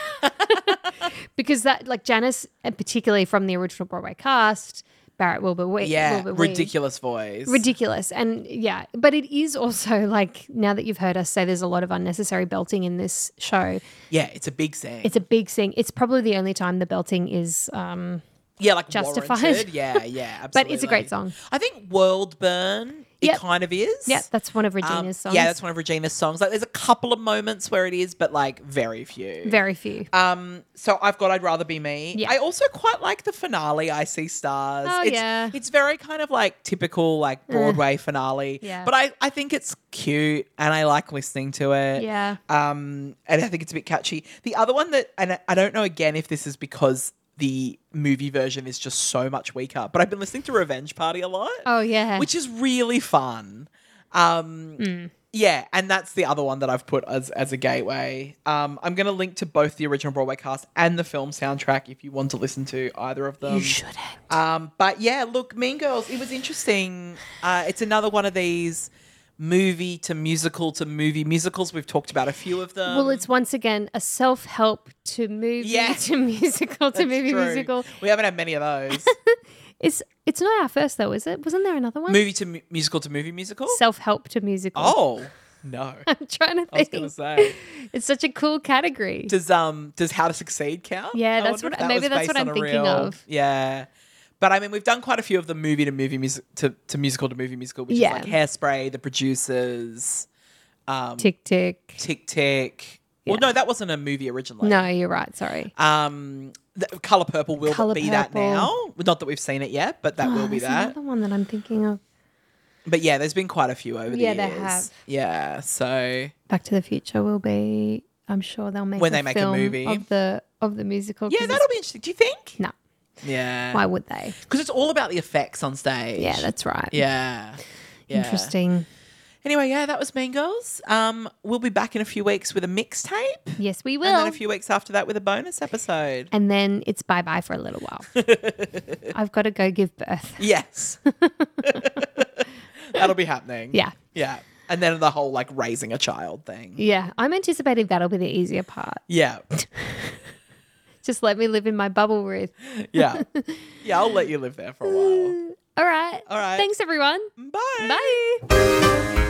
B: because that like Janice, and particularly from the original Broadway cast, Barrett Wilbur Wee,
A: Yeah.
B: Wilbur Wee.
A: Ridiculous voice.
B: ridiculous, and yeah, but it is also like now that you've heard us say, there's a lot of unnecessary belting in this show.
A: yeah, it's a big scene.
B: It's a big thing. It's probably the only time the belting is, um,
A: yeah, like
B: justified.
A: warranted. Yeah, yeah,
B: but
A: absolutely.
B: it's a great song.
A: I think World Burn, it
B: Yep.
A: kind of is.
B: Yeah, that's one of
A: Um,
B: Regina's songs.
A: Yeah, that's one of Regina's songs. Like, there's a couple of moments where it is, but like very few.
B: very few.
A: Um, so I've got I'd rather be me.
B: Yeah.
A: I also quite like the finale. I see stars.
B: Oh,
A: it's,
B: yeah. Mm.
A: It's very kind of like typical like Broadway finale.
B: Yeah.
A: But I I think it's cute and I like listening to it.
B: yeah,
A: Um, and I think it's a bit catchy. The other one that, and I- I don't know again if this is because the movie version is just so much weaker, but I've been listening to Revenge Party a lot
B: oh yeah,
A: which is really fun. Um, Yeah, and that's the other one that I've put as as a gateway. Um, I'm going to link to both the original Broadway cast and the film soundtrack if you want to listen to either of them.
B: you shouldn't.
A: Um, but yeah, look, Mean Girls. It was interesting. Uh, it's another one of these movie to musical to movie musicals. We've talked about a few of them.
B: well, it's once again a self-help to movie
A: um, Yeah.
B: to musical to
A: That's
B: movie
A: true.
B: musical.
A: We haven't had many of those.
B: It's it's not our first though, is it? Wasn't there another one?
A: movie to mu- musical to movie musical.
B: Self help to musical.
A: oh no, I
B: I'm trying to
A: was going
B: think.
A: to say.
B: It's such a cool category.
A: Does um does How to Succeed count?
B: Yeah,
A: I
B: that's
A: wonder
B: what-
A: if that
B: maybe
A: was
B: that's
A: based
B: what I'm
A: on a
B: thinking
A: real-
B: of.
A: Yeah, but I mean, we've done quite a few of the movie to movie music to, to musical to movie musical, which
B: Yeah.
A: is like Hairspray, The Producers, um,
B: tick tick.
A: Tick Tick. Well, no, that wasn't a movie originally.
B: No, you're right. Sorry.
A: Um, the, Color Purple will
B: Colour
A: be that
B: Purple.
A: now. Not that we've seen it yet, but that
B: Oh,
A: will be
B: there's
A: that.
B: Another one that I'm thinking of.
A: But yeah, there's been quite a few over
B: Yeah,
A: the
B: there
A: years.
B: have.
A: Yeah, so
B: Back to the Future will be. I'm sure they'll make
A: When
B: a
A: they make a
B: film
A: movie.
B: of the of the musical.
A: yeah,
B: 'cause
A: that'll be interesting. Do you
B: it's-
A: think?
B: no.
A: Yeah,
B: Why would they?
A: because it's all about the effects on stage.
B: Yeah, that's right.
A: Yeah. Yeah.
B: Interesting.
A: Anyway, yeah, that was Mean Girls. Um, we'll be back in a few weeks with a mixtape, and
B: Yes, we will.
A: then a few weeks after that with a bonus episode.
B: and then it's bye bye for a little while. I've got to go give birth.
A: Yes, that'll be happening.
B: Yeah.
A: yeah, and then the whole like raising a child thing.
B: Yeah. I'm anticipating that'll be the easier part.
A: Yeah,
B: Just let me live in my bubble, Ruth.
A: yeah, yeah. I'll let you live there for a while.
B: All right.
A: All right.
B: Thanks, everyone.
A: Bye.
B: Bye.